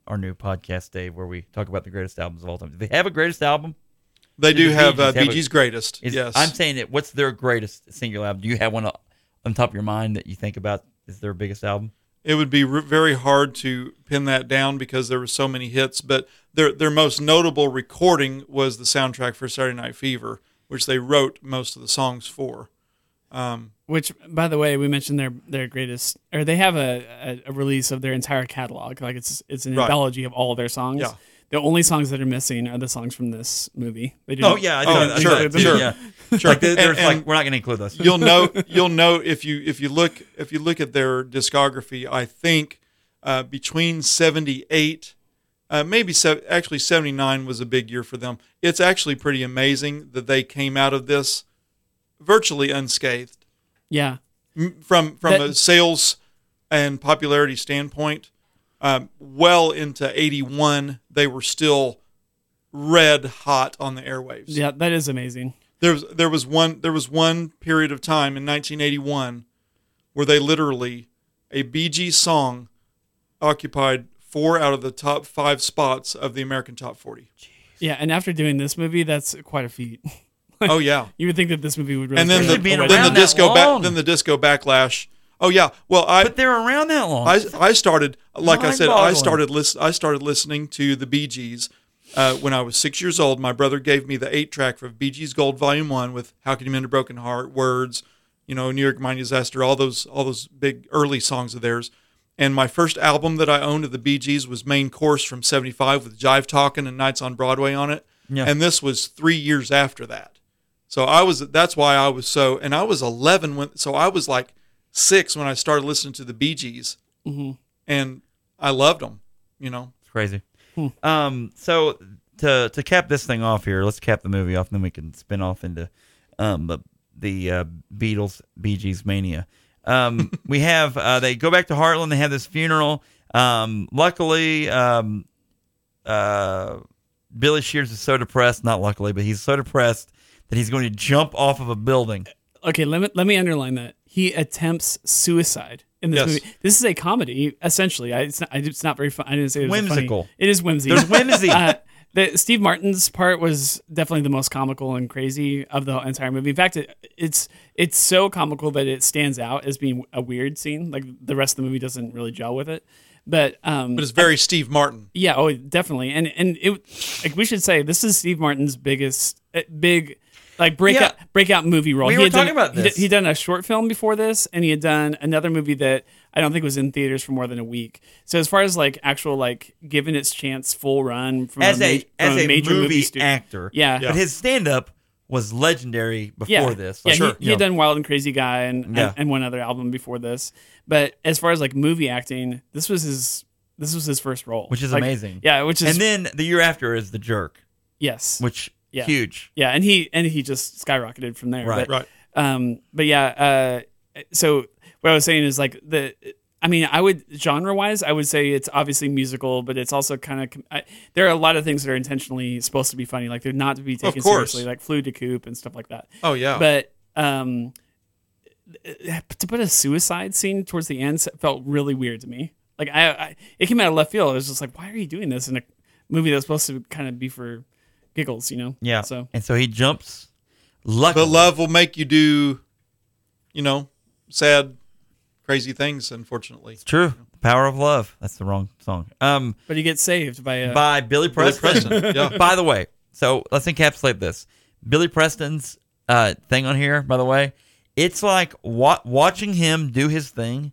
our new podcast, Dave, where we talk about the greatest albums of all time. Do they have a greatest album? They Do do the have Bee uh, Gees have Bee a- Gees Greatest. Is, yes. I'm saying that. What's their greatest single album? Do you have one o- on top of your mind that you think about is their biggest album? it would be re- very hard to pin that down because there were so many hits, but their their most notable recording was the soundtrack for Saturday Night Fever, which they wrote most of the songs for. Um, Which, by the way, we mentioned their their greatest, or they have a, a, a release of their entire catalog. Like it's it's an Right. anthology of all of their songs. Yeah. The only songs that are missing are the songs from this movie. They didn't- Oh yeah, I Oh, thought, I sure, thought that too, sure. yeah. sure. Like, there- And- there's and like we're not going to include those. you'll know you'll know if you if you look if you look at their discography. I think uh, between seventy eight. Uh, maybe se- actually 79 was a big year for them. It's actually pretty amazing that they came out of this virtually unscathed. yeah. m- from from a That- sales and popularity standpoint, um, well into '81, they were still red hot on the airwaves. Yeah, that is amazing. There was there was one there was one period of time in 1981 where they literally a BG song occupied four out of the top five spots of the American Top 40. Yeah, and after doing this movie, that's quite a feat. Oh yeah. You would think that this movie would really oh, And then push the, it Especially being away. then around the that disco long. back then the disco backlash. Oh yeah. Well, I but they're around that long. I, I started like I said I Mind-boggling. started listen I started listening to the Bee Gees uh, when I was six years old. My brother gave me the eight track for Bee Gees Gold Volume One with "How Can You Mend a Broken Heart," "Words," you know, "New York Mine Disaster," all those all those big early songs of theirs. And my first album that I owned of the Bee Gees was Main Course from '75 with Jive Talkin' and Nights on Broadway on it. Yeah. And this was three years after that. So I was that's why I was so and I was 11 when so I was like 6 when I started listening to the Bee Gees. And I loved them, you know. It's crazy. Hmm. Um, so to to cap this thing off here, let's cap the movie off, and then we can spin off into um, the the uh, Beatles Bee Gees mania. Um, we have uh, they go back to Heartland. They have this funeral. Um, luckily, um, uh, Billy Shears is so depressed. Not luckily, but he's so depressed that he's going to jump off of a building. okay, let me let me underline that he attempts suicide in this Yes. movie. This is a comedy, essentially. I, it's not. I, it's not very fun. I didn't say it was a funny- Whimsical. It is whimsy. There's whimsy. uh, the, Steve Martin's part was definitely the most comical and crazy of the entire movie. In fact, it, it's it's so comical that it stands out as being a weird scene. Like the rest of the movie doesn't really gel with it. But um, But it's very Steve Martin. yeah, oh, definitely, and and it like we should say this is Steve Martin's biggest uh, big like breakout Yeah. breakout movie role. We he were had done- talking about he this. did- He'd done a short film before this, and he had done another movie that I don't think was in theaters for more than a week. So as far as like actual like given its chance full run from as a, a ma- as from a major movie, studio, actor. Yeah. but his stand up was legendary before yeah. this. Yeah, Like, he- you he, know, had done Wild and Crazy Guy and, Yeah. and and one other album before this. But as far as like movie acting, this was his this was his first role, which is Like, amazing. Yeah, which is and then the year after is the jerk, yes, which Yeah. huge. yeah, and he and he just skyrocketed from there. Right. But Right. um but yeah uh so what i was saying is like the i mean i would genre wise i would say it's obviously musical but it's also kind of there are a lot of things that are intentionally supposed to be funny like they're not to be taken course. seriously like flew to coop and stuff like that Oh yeah. but um to put a suicide scene towards the end felt really weird to me like i, I it came out of left field i was just like why are you doing this in a movie that's supposed to kind of be for giggles you know Yeah. so and so he jumps. Luckily, but love will make you do, you know, sad, crazy things. Unfortunately. it's true. The power of love. That's the wrong song. Um, but he gets saved by uh, a by Billy Preston. Preston, yeah. By the way, so let's encapsulate this. Billy Preston's uh, thing on here, by the way, it's like wa- watching him do his thing.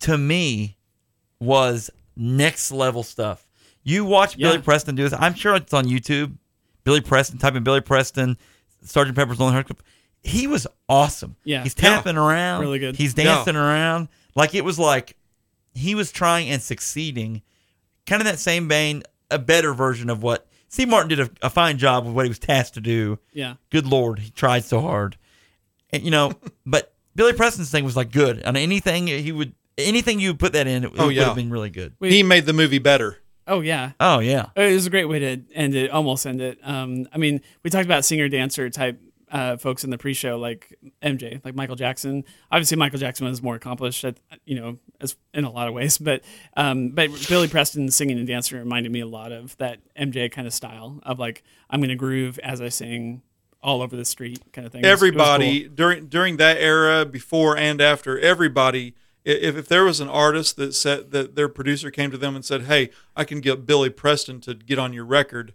To me, was next level stuff. You watch Billy Yeah. Preston do this. I'm sure it's on YouTube. Billy Preston, type in Billy Preston, Sergeant Pepper's Lonely Hearts Club. He was awesome. Yeah. he's tapping around. Really good. He's dancing around. Like it was like he was trying and succeeding. Kind of that same vein, a better version of what Steve Martin did a, a fine job with what he was tasked to do. yeah Good Lord, he tried so hard. And, you know, but Billy Preston's thing was like good. On anything he would, anything you would put that in, it, Oh, would yeah. have been really good. Wait. He made the movie better. oh yeah Oh yeah, Oh, It was a great way to end it, almost end it. Um, I mean, we talked about singer dancer type uh, folks in the pre-show, like MJ, like Michael Jackson. Obviously, Michael Jackson was more accomplished, at, you know, as in a lot of ways. But um, but Billy Preston singing and dancing reminded me a lot of that MJ kind of style of like I'm gonna groove as I sing all over the street kind of thing. It was- it was everybody cool. during during that era, before and after, everybody. i- If, if there was an artist that said that their producer came to them and said, "Hey, I can get Billy Preston to get on your record,"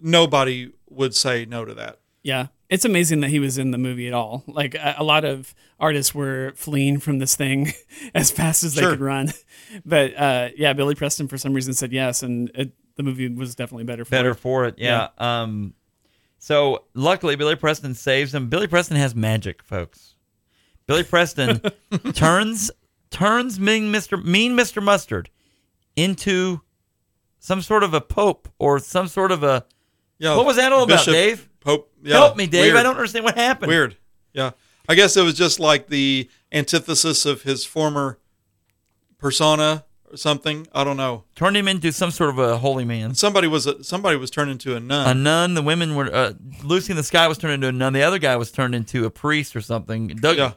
nobody would say no to that. Yeah. It's amazing that he was in the movie at all. Like a, a lot of artists were fleeing from this thing as fast as they Sure. could run. But uh, yeah, Billy Preston for some reason said yes, and it, the movie was definitely better for better it. for it. Yeah. Um, so luckily Billy Preston saves him. Billy Preston has magic, folks. Billy Preston turns turns mean Mr. Mean Mr. Mustard into some sort of a pope or some sort of a Yeah. What was that all about, Dave? Pope. yeah, help me, Dave. I weird. don't understand what happened. Weird. Yeah. I guess it was just like the antithesis of his former persona or something. I don't know. Turned him into some sort of a holy man. Somebody was a, somebody was turned into a nun. A nun. The women were uh, Lucy in the Sky was turned into a nun. The other guy was turned into a priest or something. Doug, yeah.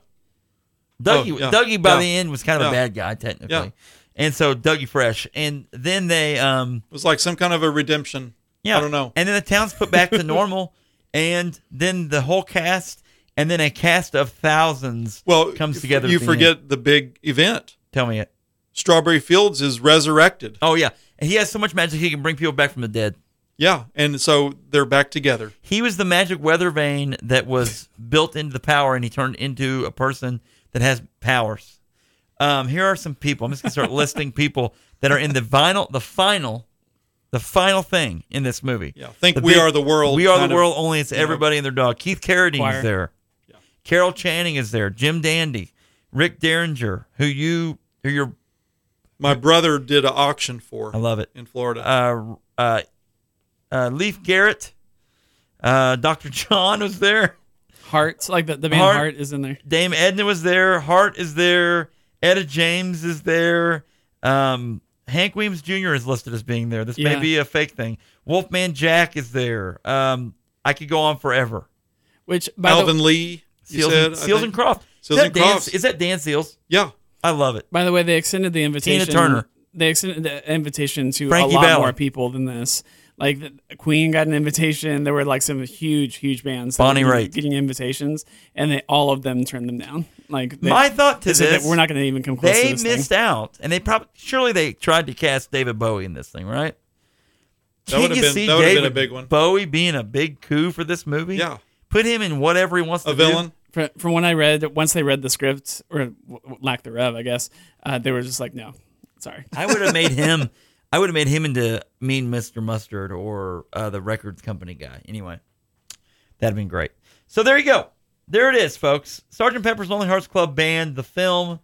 Dougie, Oh, yeah. Dougie by Yeah. the end was kind of a Yeah. bad guy technically, Yeah. and so Dougie Fresh, and then they, um, It was like some kind of a redemption. yeah, I don't know. and then the town's put back to normal, and then the whole cast, and then a cast of thousands. well, comes if together. You at the end. forget the big event. Tell me it. Strawberry Fields is resurrected. Oh yeah, and he has so much magic he can bring people back from the dead. Yeah, and so they're back together. He was the magic weather vane that was built into the power, and he turned into a person that has powers. Um, here are some people. I'm just gonna start listing people that are in the vinyl, the final, the final thing in this movie. Yeah, think The we big- are the world. We are kind the of- world. Only it's know. everybody and their dog. Keith Carradine Choir. is there. Carol Channing is there. Jim Dandy, Rick Derringer, who you, who you're, My brother did an auction I for love it. in Florida. Uh, uh, uh, Leaf Garrett, uh, Doctor John was there. Heart, like the, the band Heart- Heart. is in there. Dame Edna was there. Hart is there. Etta James is there. Um, Hank Williams Jr. is listed as being there. This may Yeah. be a fake thing. Wolfman Jack is there. Um, I could go on forever. Which by the, Alvin Lee. you Seals, said, and, I Seals think. and Croft. Seals is that and Dan- Crofts. Is that Dan Seals? Yeah, I love it. by the way, they extended the invitation. Turner. They extended the invitation to Frankie a lot Valli. more people than this. Like the- Queen got an invitation. There were like some huge, huge bands. that Bonnie were Raitt. getting invitations, and they all of them turned them down. Like they, My thought to They said this, that we're not going to even come close they to this thing. missed out, and they probably surely they tried to cast David Bowie in this thing, right? That would've Can't you been- see that would've been a David big one. Bowie being a big coup for this movie. yeah. put him in whatever he wants A to villain. do. Fr- from what I read, once they read the script or w- w- lack thereof, I guess uh, they were just like, no, sorry. I would have made him. I would have made him into Mean Mr. Mustard or uh, the records company guy. Anyway, That'd been great. So there you go. There it is, folks. Sergeant Pepper's Lonely Hearts Club Band, the film.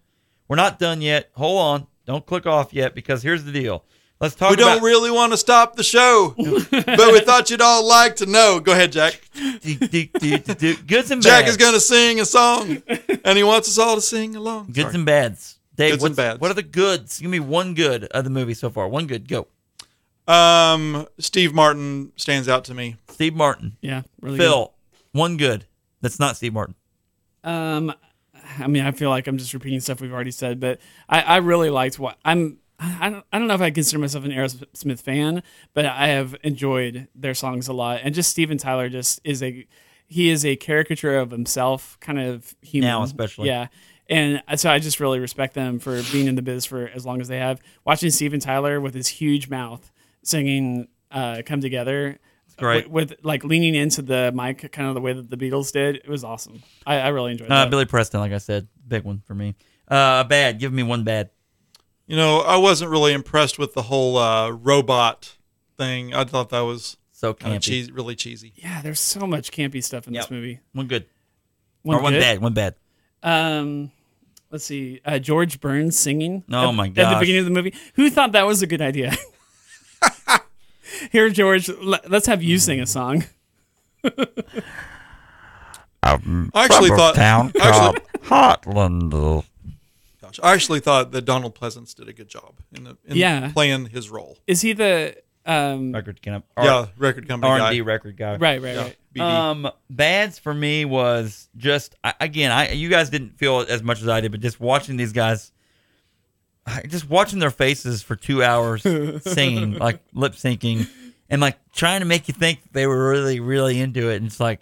We're not done yet. Hold on. Don't click off yet because here's the deal. Let's talk We about don't really want to stop the show, but we thought you'd all like to know. Go ahead, Jack. do- do- do- do- do- goods and Jack bads. is going to sing a song, and he wants us all to sing along. goods Sorry. and bads. Dave, Goods and what's- bads. what are the goods? Give me one good of the movie so far. One good. Go. um, Steve Martin stands out to me. Steve Martin. Yeah, really. Phil. One good. That's not Steve Martin. good. Um, I mean, I feel like I'm just repeating stuff we've already said, but I, I really liked what I'm. I I don't, I don't know if I consider myself an Aerosmith fan, but I have enjoyed their songs a lot, and just Steven Tyler just is a he is a caricature of himself, kind of human Now especially. yeah. And so I just really respect them for being in the biz for as long as they have. Watching Steven Tyler with his huge mouth singing uh, "Come Together," great. With, with, like leaning into the mic, kind of the way that the Beatles did. It was awesome. I, I really enjoyed Uh, that. Billy Preston, like I said, big one for me. Uh, bad. Give me one bad. You know, I wasn't really impressed with the whole uh, robot thing. I thought that was So kind campy. of cheesy, really cheesy. yeah, there's so much campy stuff in Yep. this movie. One good. One or one good. bad. One bad. Um, let's see. Uh, George Burns singing. Oh at- my At the gosh. beginning of the movie, who thought that was a good idea? Here, George, let, let's have you sing a song. I actually thought- Town actually- Cop, Heartland. Gosh, I actually thought that Donald Pleasance did a good job in, the, in Yeah. playing his role. Is he the um? Record camp. yeah, record company R and D guy. record guy. Right, right, Yeah, right. BD. Um, bads for me was just I, again. I you guys didn't feel it as much as I did, but just watching these guys, I- just watching their faces for two hours singing, like lip syncing, and like trying to make you think they were really, really into it, and it's like,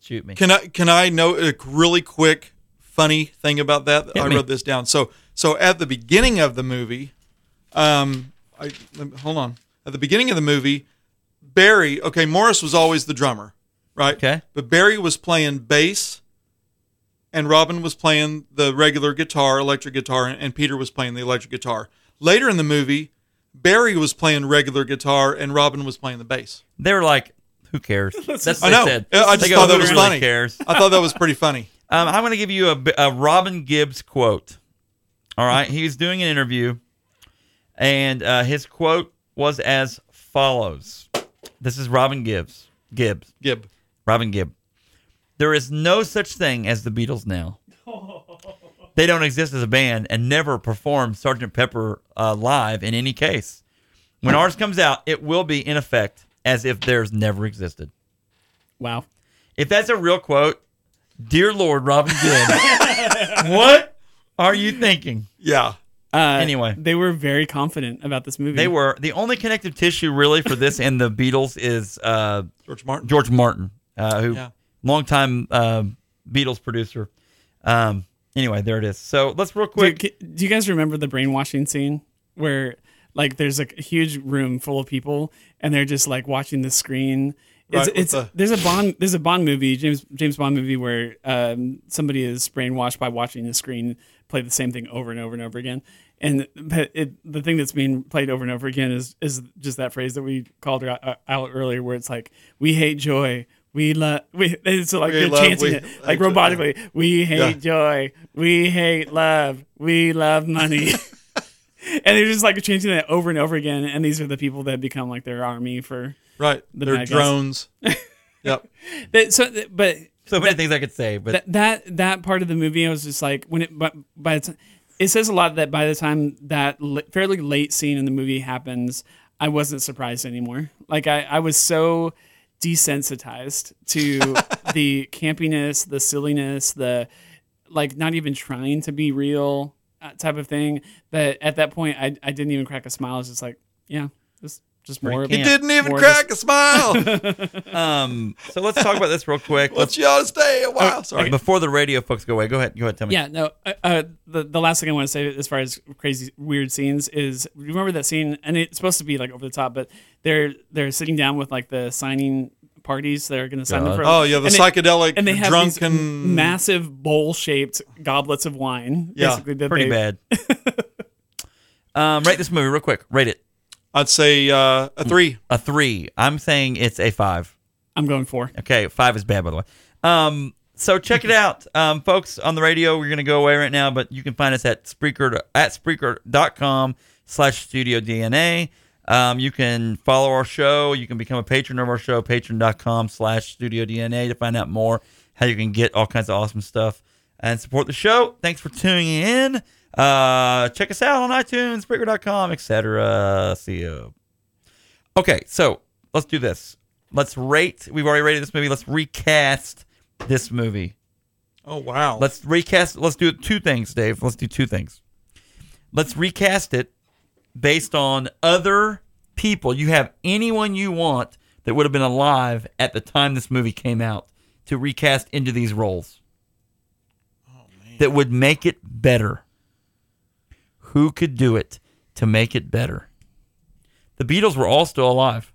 shoot me. Can I can I know a really quick funny thing about that? I me. wrote this down. So so at the beginning of the movie, um, I let me- hold on. At the beginning of the movie, Barry. Okay, Morris was always the drummer, right? Okay. But Barry was playing bass, and Robin was playing the regular guitar, electric guitar, and Peter was playing the electric guitar. Later in the movie, Barry was playing regular guitar, and Robin was playing the bass. They were like, who cares? That's what they I know. said. I just They go, thought that "Who was really funny." Cares. I thought that was pretty funny. Um, I'm going to give you a, a Robin Gibbs quote. All right. he was doing an interview, and uh, his quote was as follows This is Robin Gibbs. Gibbs. Gib. Robin Gibb. There is no such thing as the Beatles now. They don't exist as a band and never perform Sgt. Pepper uh, live in any case. When ours comes out, it will be in effect as if theirs never existed. Wow. If that's a real quote, dear Lord, Robin Gibb, what are you thinking? Yeah. Uh, Anyway. they were very confident about this movie. They were the only connective tissue really for this and the Beatles is uh, George Martin. George Martin, uh, who Yeah. longtime um Beatles producer. Um, anyway, there it is. So let's real Do, quick. do you guys remember the brainwashing scene where like there's like, a huge room full of people and they're just like watching the screen? It's, Right, with it's the- there's a Bond there's a Bond movie James James Bond movie where um, somebody is brainwashed by watching the screen play the same thing over and over and over again. And but it, the thing that's being played over and over again is is just that phrase that we called her out, uh, out earlier, where it's like we hate joy, we love. We, it's like We they're love- chanting we it hate like joy. robotically. We hate Yeah. joy. We hate love. We love money. and they're just like changing that over and over again. And these are the people that become like their army for Right. The They're bad guys. drones. yep. that. So, th- but So many things I could say, but that, that that part of the movie, I was just like, when it but by the time it says a lot that by the time that li- fairly late scene in the movie happens, I wasn't surprised anymore. Like I, I was so desensitized to the campiness, the silliness, the like not even trying to be real uh, type of thing that at that point I, I didn't even crack a smile. I was just like, yeah, this just more of camp. He didn't even More crack a smile. um, so let's talk about this real quick. Let's Let's y'all stay a Oh, while. Sorry. before the radio folks go away. Go ahead. Go ahead. Tell me. Yeah, no. Uh, uh, the the last thing I want to say as far as crazy weird scenes is you remember that scene, and it's supposed to be like over the top, but they're they're sitting down with like the signing parties that are going to sign them for. Oh yeah, the and they- psychedelic and they have these drunken massive bowl shaped goblets of wine. Yeah, basically, that Pretty they- bad. um, rate this movie real quick. Rate it Mm. I'd say uh, a three. a three. I'm saying it's a five. I'm going four. Okay, five is bad, by the way. Um, so check it out, um, folks. On the radio, we're gonna go away right now, but you can find us at Spreaker at Spreaker.com slash Studio DNA. Um, you can follow our show. You can become a patron of our show, patron.com slash Studio DNA to find out more how you can get all kinds of awesome stuff and support the show. Thanks for tuning in. Uh, check us out on iTunes, Spreaker.com, etc. See you. Okay, so let's do this. Let's rate. We've already rated this movie. Let's recast this movie. Oh wow. Let's recast. Let's do two things, Dave. Let's do two things. Let's recast it based on other people. You have anyone you want that would have been alive at the time this movie came out to recast into these roles that would make it better. Who could do it to make it better? The Beatles were all still alive.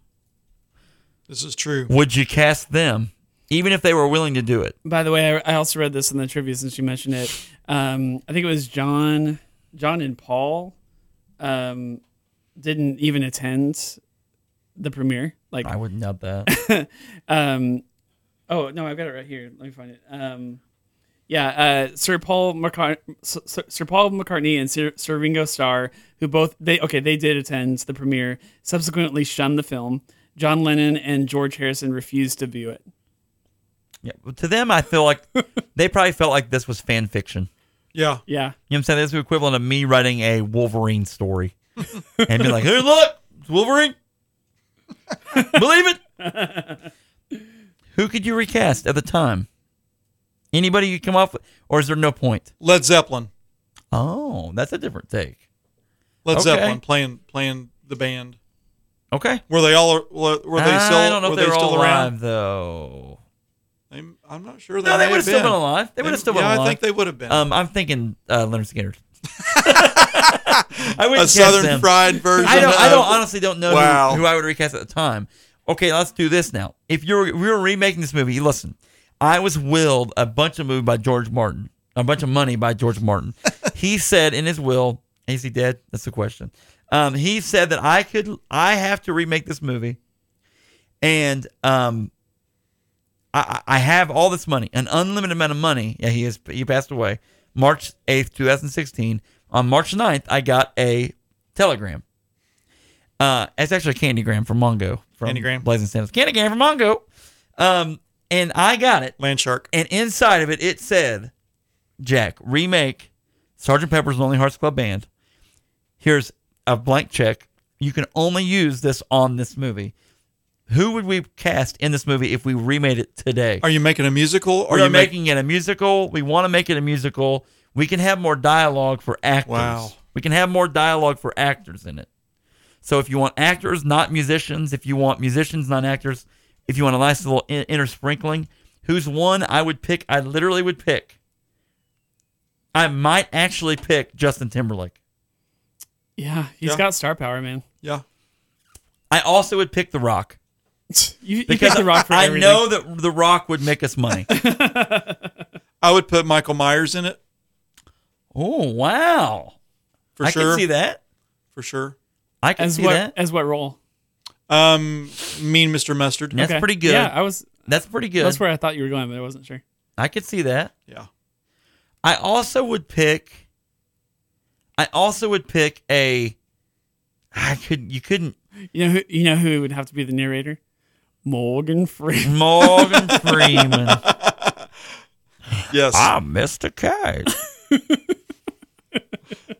this is true. Would you cast them, even if they were willing to do it? By the way, I, I also read this in the trivia since you mentioned it. Um, I think it was John, John and Paul, um, didn't even attend the premiere. Like, I wouldn't doubt that. um, oh no, I've got it right here. Let me find it. Um, yeah, uh, Sir Paul McCart- Sir, Sir Paul McCartney and Sir, Sir Ringo Starr, who both they okay they did attend the premiere, subsequently shunned the film. John Lennon and George Harrison refused to view it. Yeah, but to them, I feel like they probably felt like this was fan fiction. Yeah. Yeah, You know what I'm saying? This is the equivalent of me writing a Wolverine story and be like, hey, look, it's Wolverine. Believe it. Who could you recast at the time? Anybody you come up with? Or is there no point? Led Zeppelin. Oh, that's a different take. Led Okay. Zeppelin playing playing the band. Okay. Were they all? Were were they still? Ah, I don't know were if they were still all around? alive, though. They, I'm not sure. They No, may they would have still been. been alive. They would have still been yeah, alive. I think they would have been. Um, I'm thinking uh, Leonard Skinner. I a wouldn't Southern them. fried version. I don't. I of- don't honestly don't know who- Wow. who, I would recast at the time. Okay, let's do this now. If you're we were remaking this movie, listen, I was willed a bunch of movie by George Martin, a bunch of money by George Martin. he said in his will, is he dead? That's the question. Um, he said that I could, I have to remake this movie, and um, I, I I have all this money, an unlimited amount of money. Yeah, he is. He passed away March eighth, two thousand sixteen. On March 9th, I got a telegram. Uh, it's actually a candygram from Mongo. From Candygram. Blazing Sandals. Candygram from Mongo. Um, and I got it. Land Shark. And inside of it, it said, Jack, remake Sergeant Pepper's Lonely Hearts Club Band. Here's a blank check. You can only use this on this movie. Who would we cast in this movie if we remade it today? Are you making a musical? Or We're are you making? making it a musical. We want to make it a musical. We can have more dialogue for actors. Wow. We can have more dialogue for actors in it. So if you want actors, not musicians, if you want musicians, not actors, if you want a nice little in- intersprinkling, who's one I would pick? I literally would pick. I might actually pick Justin Timberlake. yeah, he's Yeah. got star power, man. Yeah. I also would pick The Rock. You, you Because pick the rock for I everything. know that The Rock would make us money. I would put Michael Myers in it oh, wow. for I sure. can see that. For sure. I can as see what that. as what role. Um, Mean Mr. Mustard. That's Okay. pretty good. Yeah, I was. That's pretty good. That's where I thought you were going, but I wasn't sure. I could see that. Yeah. I also would pick. I also would pick a. I could. You couldn't. You know who? You know who would have to be the narrator? Morgan Freeman. Morgan Freeman. Yes, Ah. I'm Mr. Kite.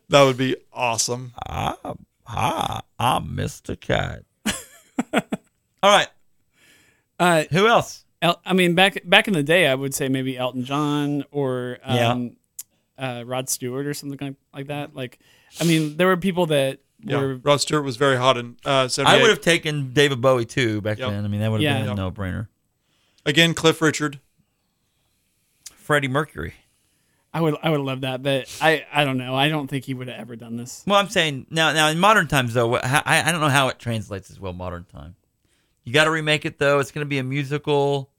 that would be awesome. Ah, I'm, hi, I'm Mr. Kite. All right. Uh, Who else? El- I mean, back back in the day, I would say maybe Elton John or um, uh, Rod Stewart or something like, like that. Like, I mean, there were people that Yeah. were Rod Stewart was very hot in uh, 78. I would have taken David Bowie too back Yep. then. I mean, that would have Yeah. been a Yep. no brainer. Again, Cliff Richard. Freddie Mercury. I would I would love that, but I I don't know. I don't think he would have ever done this. Well, I'm saying now. Now in modern times, though, wh- how- I, I don't know how it translates as well. Modern time. You got to remake it though. It's going to be a musical.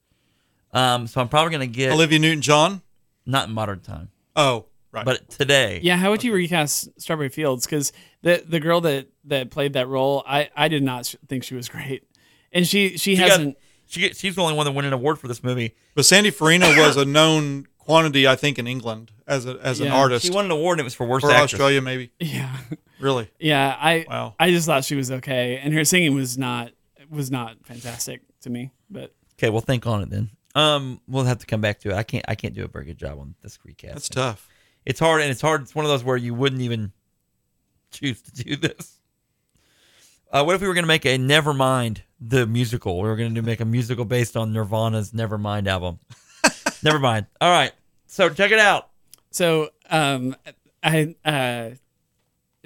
Um, so I'm probably going to get Olivia Newton John. not in modern time, Oh, right. but today. Yeah, how would you recast Strawberry Fields? Because the the girl that that played that role, I I did not sh- think she was great, and she she She got- hasn't. she She get- she's the only one that won an award for this movie. But Sandy Farina was a known quantity, I think, in England as a, as an Yeah, artist She won an award and it was for worst or actress. Australia, maybe. Yeah, Really? yeah. I Wow. I just thought she was okay, and her singing was not was not fantastic to me. But Okay, well think on it then. Um, we'll have to come back to it. I can't I can't do a very good job on this recap. That's tough. It's hard and it's hard. It's one of those where you wouldn't even choose to do this. Uh, what if we were going to make a Nevermind the musical? We were going to make a musical based on Nirvana's Nevermind album. Nevermind. All right. So check it out. so um, I uh,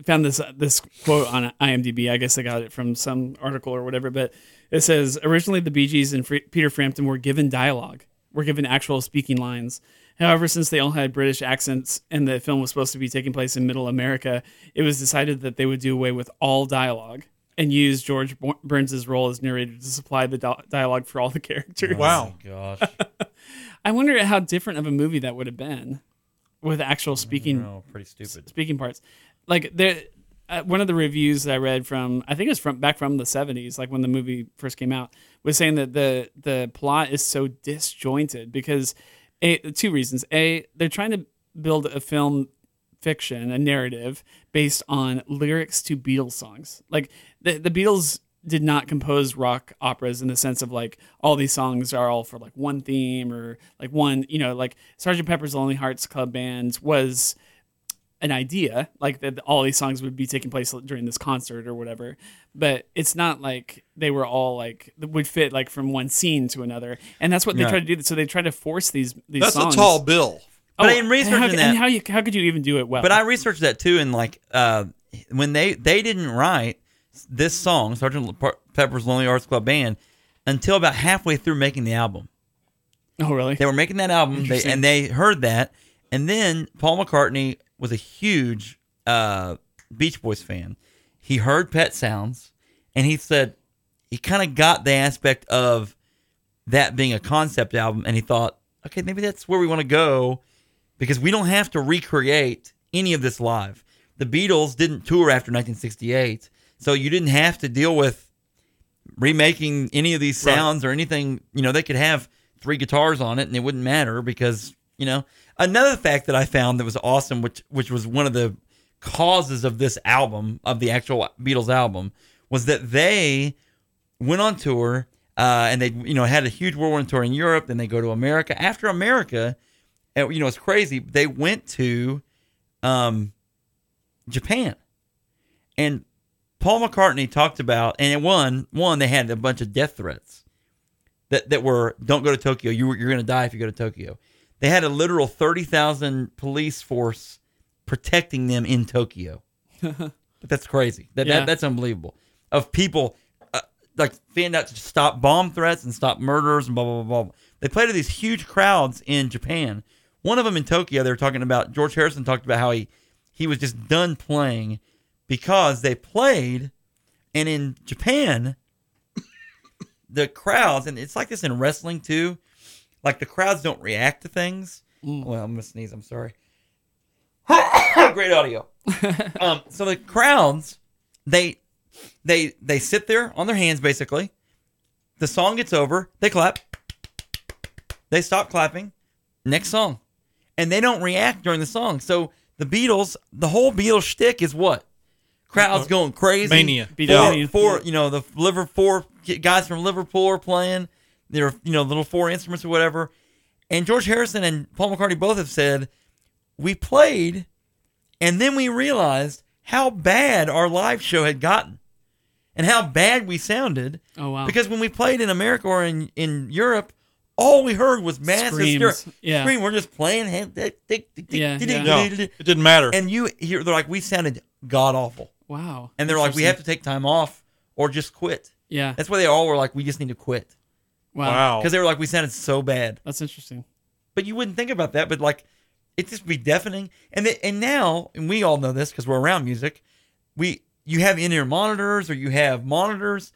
found this uh, this quote on IMDb. I guess I got it from some article or whatever. But it says originally the Bee Gees and Fr- Peter Frampton were given dialogue, were given actual speaking lines. However, since they all had British accents and the film was supposed to be taking place in Middle America, it was decided that they would do away with all dialogue and use George Bo- Burns's role as narrator to supply the do- dialogue for all the characters. Wow. Oh Gosh. I wonder how different of a movie that would have been with actual speaking No, pretty stupid. speaking parts. Like there, uh, one of the reviews that I read from I think it was from back from the '70s, like when the movie first came out, was saying that the the plot is so disjointed because a, two reasons: a they're trying to build a film fiction, a narrative based on lyrics to Beatles songs. Like the the Beatles did not compose rock operas in the sense of like all these songs are all for like one theme or like one you know like Sergeant Pepper's Lonely Hearts Club Band was an idea like that all these songs would be taking place during this concert or whatever but it's not like they were all like that would fit like from one scene to another and that's what they Right. try to do so they try to force these these That's songs Oh, a tall bill. But in researching and how, that- and how you how could you even do it well But I researched that too, and like uh, when they they didn't write this song, Sergeant Pepper's Lonely Hearts Club Band, until about halfway through making the album. oh really They were making that album, they, Interesting. and they heard that, and then Paul McCartney was a huge uh, Beach Boys fan. He heard Pet Sounds, and he said he kind of got the aspect of that being a concept album, and he thought, okay, maybe that's where we want to go because we don't have to recreate any of this live. The Beatles didn't tour after 1968, so you didn't have to deal with remaking any of these Right. sounds or anything. You know, they could have three guitars on it and it wouldn't matter because, you know, another fact that I found that was awesome which which was one of the causes of this album of the actual Beatles album was that they went on tour uh, and they you know had a huge whirlwind tour in Europe. Then they go to America. After America, and, you know it's crazy. They went to um, Japan, and Paul McCartney talked about and it one one they had a bunch of death threats that that were don't go to Tokyo. You you're going to die if you go to Tokyo. They had a literal thirty thousand police force protecting them in Tokyo. But that's crazy. That, Yeah. that that's unbelievable. Of people uh, like fanned out to stop bomb threats and stop murders and blah blah blah blah. They played to these huge crowds in Japan. One of them in Tokyo, they were talking about. George Harrison talked about how he he was just done playing because they played, and in Japan, the crowds and it's like this in wrestling too. Like the crowds don't react to things. Well, I'm gonna sneeze. I'm sorry. Great audio. um, so the crowds, they, they, they sit there on their hands basically. The song gets over. They clap. They stop clapping. Next song, and they don't react during the song. So the Beatles, the whole Beatles shtick is what crowds going crazy Mania. Beat four, it. four- you know, the liver four guys from Liverpool are playing their, you know, little four instruments or whatever. And George Harrison and Paul McCartney both have said, we played and then we realized how bad our live show had gotten and how bad we sounded. oh wow Because when we played in America or in, in Europe, all we heard was massive Screams. hysteria. Yeah, Scream, we're just playing. Yeah, yeah. No, it didn't matter. And you hear, they're like, we sounded god awful. wow And they're like, we have to take time off or just quit. yeah That's why they all were like, we just need to quit. wow. wow. Because they were like, we sounded so bad. that's interesting But you wouldn't think about that. But like, it just be deafening. And th- and now, and we all know this because we're around music. We you have in ear monitors or you have monitors.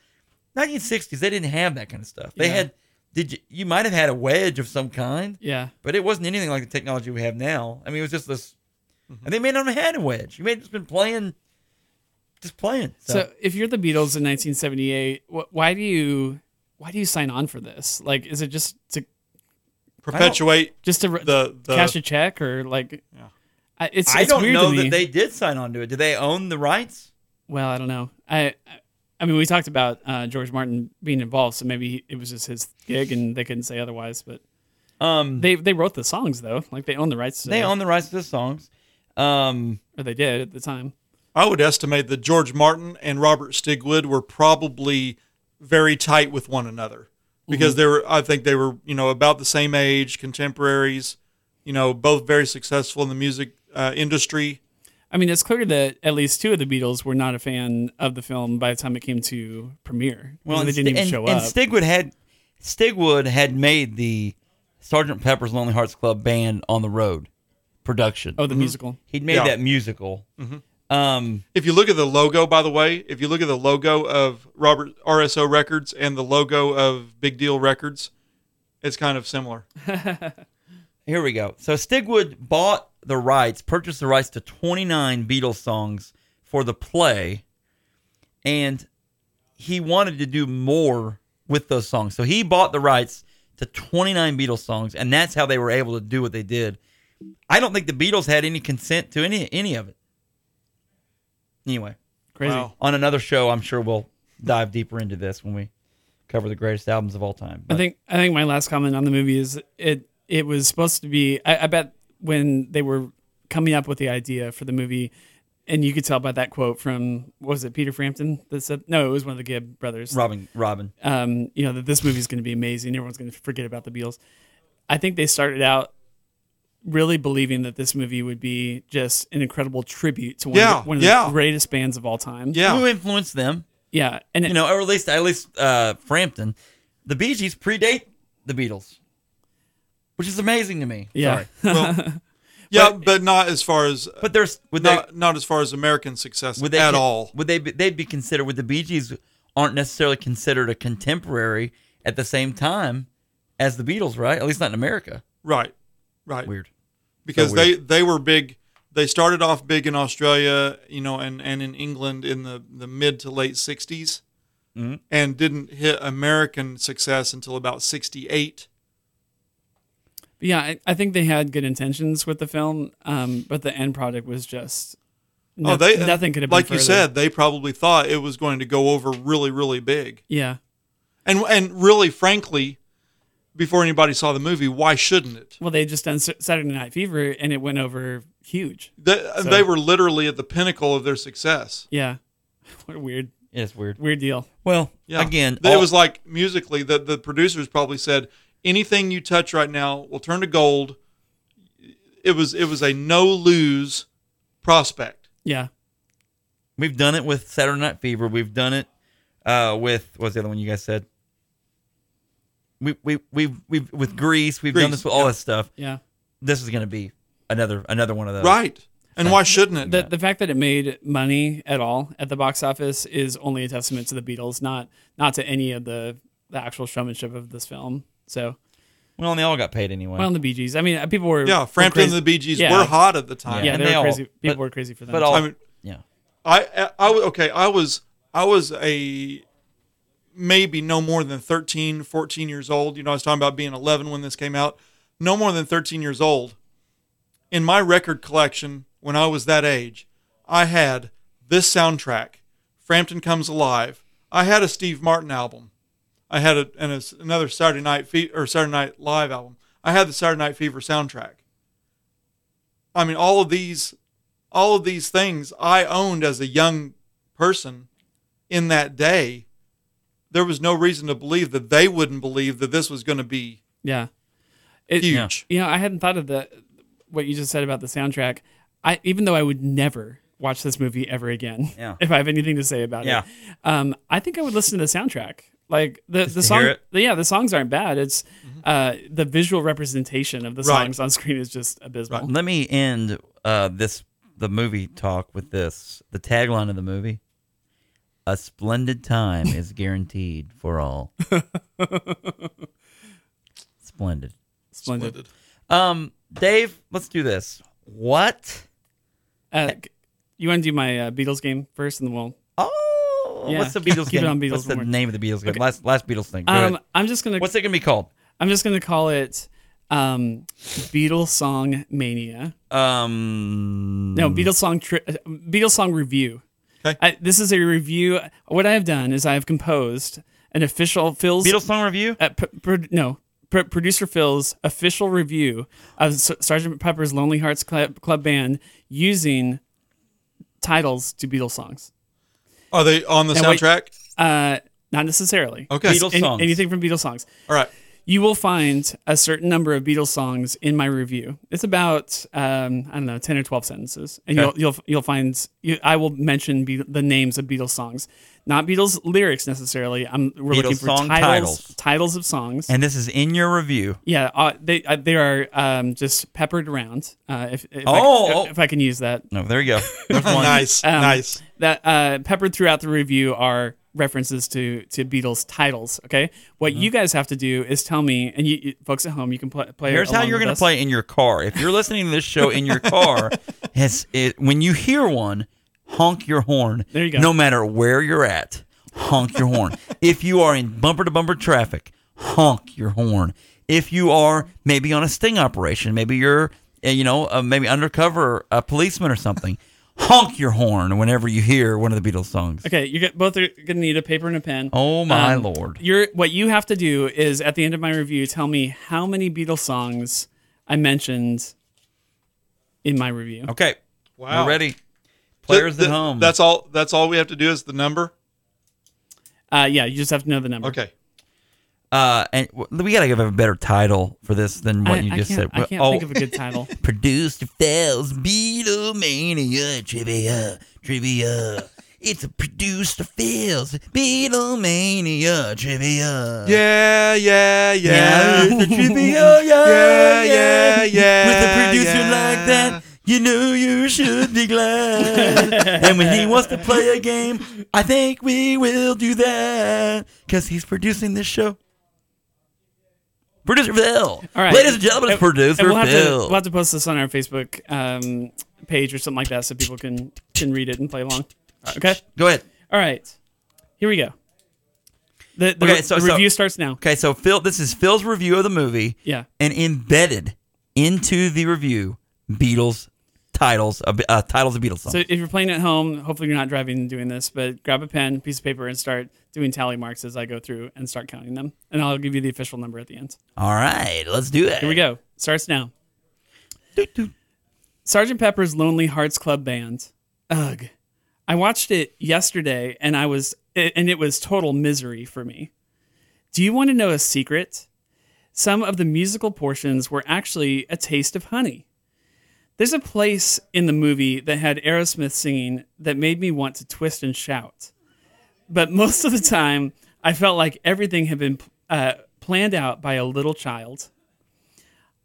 1960s, they didn't have that kind of stuff. They Yeah. had did you you might have had a wedge of some kind, yeah but it wasn't anything like the technology we have now. I mean, it was just this. Mm-hmm. And they may not have had a wedge. You may have just been playing, just playing. So, if you're the Beatles in 1978, wh- why do you why do you sign on for this? Like, is it just to Perpetuate just to the the cash a check or like? Yeah. I, it's I it's don't weird know to me. that they did sign on to it. Do they own the rights? Well, I don't know. I, I- I mean, we talked about uh, George Martin being involved, so maybe he, it was just his gig, and they couldn't say otherwise. But Um, they, they they wrote the songs though, like they own the rights. To, own the rights to the songs. Um, or they did at the time. I would estimate that George Martin and Robert Stigwood were probably very tight with one another because they were. I think they were, you know, about the same age, contemporaries. You know, both very successful in the music uh, industry. I mean, it's clear that at least two of the Beatles were not a fan of the film by the time it came to premiere. well, Well, they and, didn't even and- show and up. Stigwood had Stigwood had made the Sergeant Pepper's Lonely Hearts Club Band on the Road production. oh, Mm-hmm. the musical. He'd made Yeah. that musical. Um, If you look at the logo, by the way, if you look at the logo of Robert RSO Records and the logo of Big Deal Records, it's kind of similar. here we go. So Stigwood bought the rights, purchased the rights to 29 Beatles songs for the play, and he wanted to do more with those songs. So he bought the rights to 29 Beatles songs, and that's how they were able to do what they did. I don't think the Beatles had any consent to any any of it. Anyway, Crazy. Wow. on another show, I'm sure we'll dive deeper into this when we cover the greatest albums of all time. I But- think I think my last comment on the movie is it it was supposed to be I, I bet when they were coming up with the idea for the movie and you could tell by that quote from what was it Peter Frampton that said no it was one of the Gibb brothers Robin, Robin, um, you know that this movie's going to be amazing everyone's going to forget about the Beatles I think they started out really believing that this movie would be just an incredible tribute to one Yeah, of, the, one of yeah. the greatest bands of all time who Yeah, influenced them? yeah and you know, or at least at least uh, Frampton, the Bee Gees predate the Beatles, which is amazing to me. yeah Sorry. yeah, but not as far as but there's would they not, not as far as American success would they at con- all. would they be, they'd be considered would the Bee Gees aren't necessarily considered a contemporary at the same time as the Beatles, right? At least not in America. Right, right. Weird. because So they weird. they were big. They started off big in Australia, you know, and, and in England in the, the mid to late 60s and didn't hit American success until about 68. Yeah, I, I think they had good intentions with the film, um, but the end product was just no, oh, they nothing could have been Like you further. said, they probably thought it was going to go over really, really big. Yeah, And, and really, frankly, before anybody saw the movie, why shouldn't it? well, they had just done S- Saturday Night Fever and it went over huge. They, they were literally at the pinnacle of their success. Yeah, what a weird, It is weird. weird deal. Well, Yeah. again, it all- was like musically that the producers probably said, "Anything you touch right now will turn to gold." It was it was a no lose prospect. Yeah, We've done it with Saturday Night Fever. We've done it uh, with what's the other one you guys said? We we we've we've with Greece. We've done Grease, this with all this stuff. yeah. This is going to be another another one of those. Right. And why shouldn't it? The the fact that it made money at all at the box office is only a testament to the Beatles, not not to any of the the actual showmanship of this film. So, Well, and they all got paid anyway. well, and the Bee Gees. I mean, uh, people were yeah, were Frampton and crazy- the Bee Gees Yeah. were hot at the time. Yeah, and they, they were all- crazy. People but- were crazy for them. but all I mean, yeah. I I okay, I was I was a maybe no more than 13, 14 years old. You know, I was talking about being 11 when this came out. No more than 13 years old. In my record collection when I was that age, I had this soundtrack, Frampton Comes Alive. I had a Steve Martin album. I had a, and a, another Saturday Night Fe- or Saturday Night Live album. I had the Saturday Night Fever soundtrack. I mean, all of these all of these things I owned as a young person in that day, there was no reason to believe that they wouldn't believe that this was going to be yeah. It, huge. You know, I hadn't thought of the what you just said about the soundtrack. I even though I would never watch this movie ever again. Yeah. If I have anything to say about Yeah. it. Um, I think I would listen to the soundtrack. Like the the to song hear yeah, the songs aren't bad. It's uh the visual representation of the Right. songs on screen is just abysmal. Let me end uh, this the movie talk with this. The tagline of the movie: "A splendid time is guaranteed for all." splendid. Splendid. Um, Dave, let's do this. What? Uh, you want to do my uh, Beatles game first and then we'll Oh, Oh, Yeah, What's the keep- Beatles keep it game? on Beatles What's the one more. name of the Beatles game? Last last Beatles thing. Go Um, ahead. I'm just gonna What's it gonna be called? I'm just gonna call it um, Beatles song mania. Um, No, Beatles song tri- uh, Beatles song review. Mm. Okay. I, this is a review. What I have done is I have composed an official Phil's Beatles song review. uh, pr- pr- no pr- producer Phil's official review of S- Sergeant Pepper's Lonely Hearts Club, Club Band using titles to Beatles songs. Are they on the Now, wait. soundtrack? Uh, not necessarily. Okay. Beatles Any- songs. anything from Beatles songs. All right. you will find a certain number of Beatles songs in my review. It's about um, I don't know, ten or twelve sentences, and you'll you'll you'll find you, I will mention be- the names of Beatles songs, not Beatles lyrics necessarily. I'm we're looking Beatles for song titles, titles. of songs. And this is in your review. yeah, uh, they uh, they are um, just peppered around. Uh, if if, I, Oh, oh. if I can use that No, there you go. There's one. nice. nice. Um, that uh, peppered throughout the review are references to to Beatles titles. Okay, what Mm-hmm. you guys have to do is tell me, and you, you folks at home, you can play. play Here's how along you're with going to us. play in your car. If you're listening to this show in your car, it's, it, when you hear one, honk your horn. There you go. No matter where you're at, honk your horn. If you are in bumper to bumper traffic, honk your horn. If you are maybe on a sting operation, maybe you're uh, you know uh, maybe undercover a policeman or something, honk your horn whenever you hear one of the Beatles songs. Okay, you get both are gonna need a paper and a pen. Um, Oh my lord. You're what you have to do is at the end of my review, tell me how many Beatles songs I mentioned in my review. Okay. Wow. We're ready. Players Th- at th- home. That's all. That's all we have to do is the number. Uh, yeah, you just have to know the number. Okay. Uh, and w- we gotta give a better title for this than what I, you I just can't, said. I can't oh, think of a good title. produced fails Beatlemania trivia trivia. It's a produced fails Beatlemania trivia. Yeah. yeah, Yeah. Yeah. it's a trivia. oh, Yeah, Yeah, yeah, yeah, With a producer yeah. like that. You know you should be glad. and when he wants to play a game, I think we will do that. Because he's producing this show. Producer Phil. All right. Ladies and gentlemen, it's producer And we'll, have to, Phil. we'll have to post this on our Facebook um, page or something like that so people can can read it and play along. Okay. Go ahead. All right. Here we go. The, the, Okay, so- the so- review starts now. Okay, so Phil, this is Phil's review of the movie. Yeah. and embedded into the review Beatles titles of uh, titles of Beatles songs. So if you're playing at home, hopefully you're not driving and doing this, but grab a pen, piece of paper, and start doing tally marks as I go through and start counting them. And I'll give you the official number at the end. All right, let's do it. Here we go. Starts now. Doot, doot. Sergeant Pepper's Lonely Hearts Club Band. Ugh. I watched it yesterday and I was and it was total misery for me. Do you want to know a secret? Some of the musical portions were actually a taste of honey. There's a place in the movie that had Aerosmith singing that made me want to twist and shout. But most of the time, I felt like everything had been uh, planned out by a little child.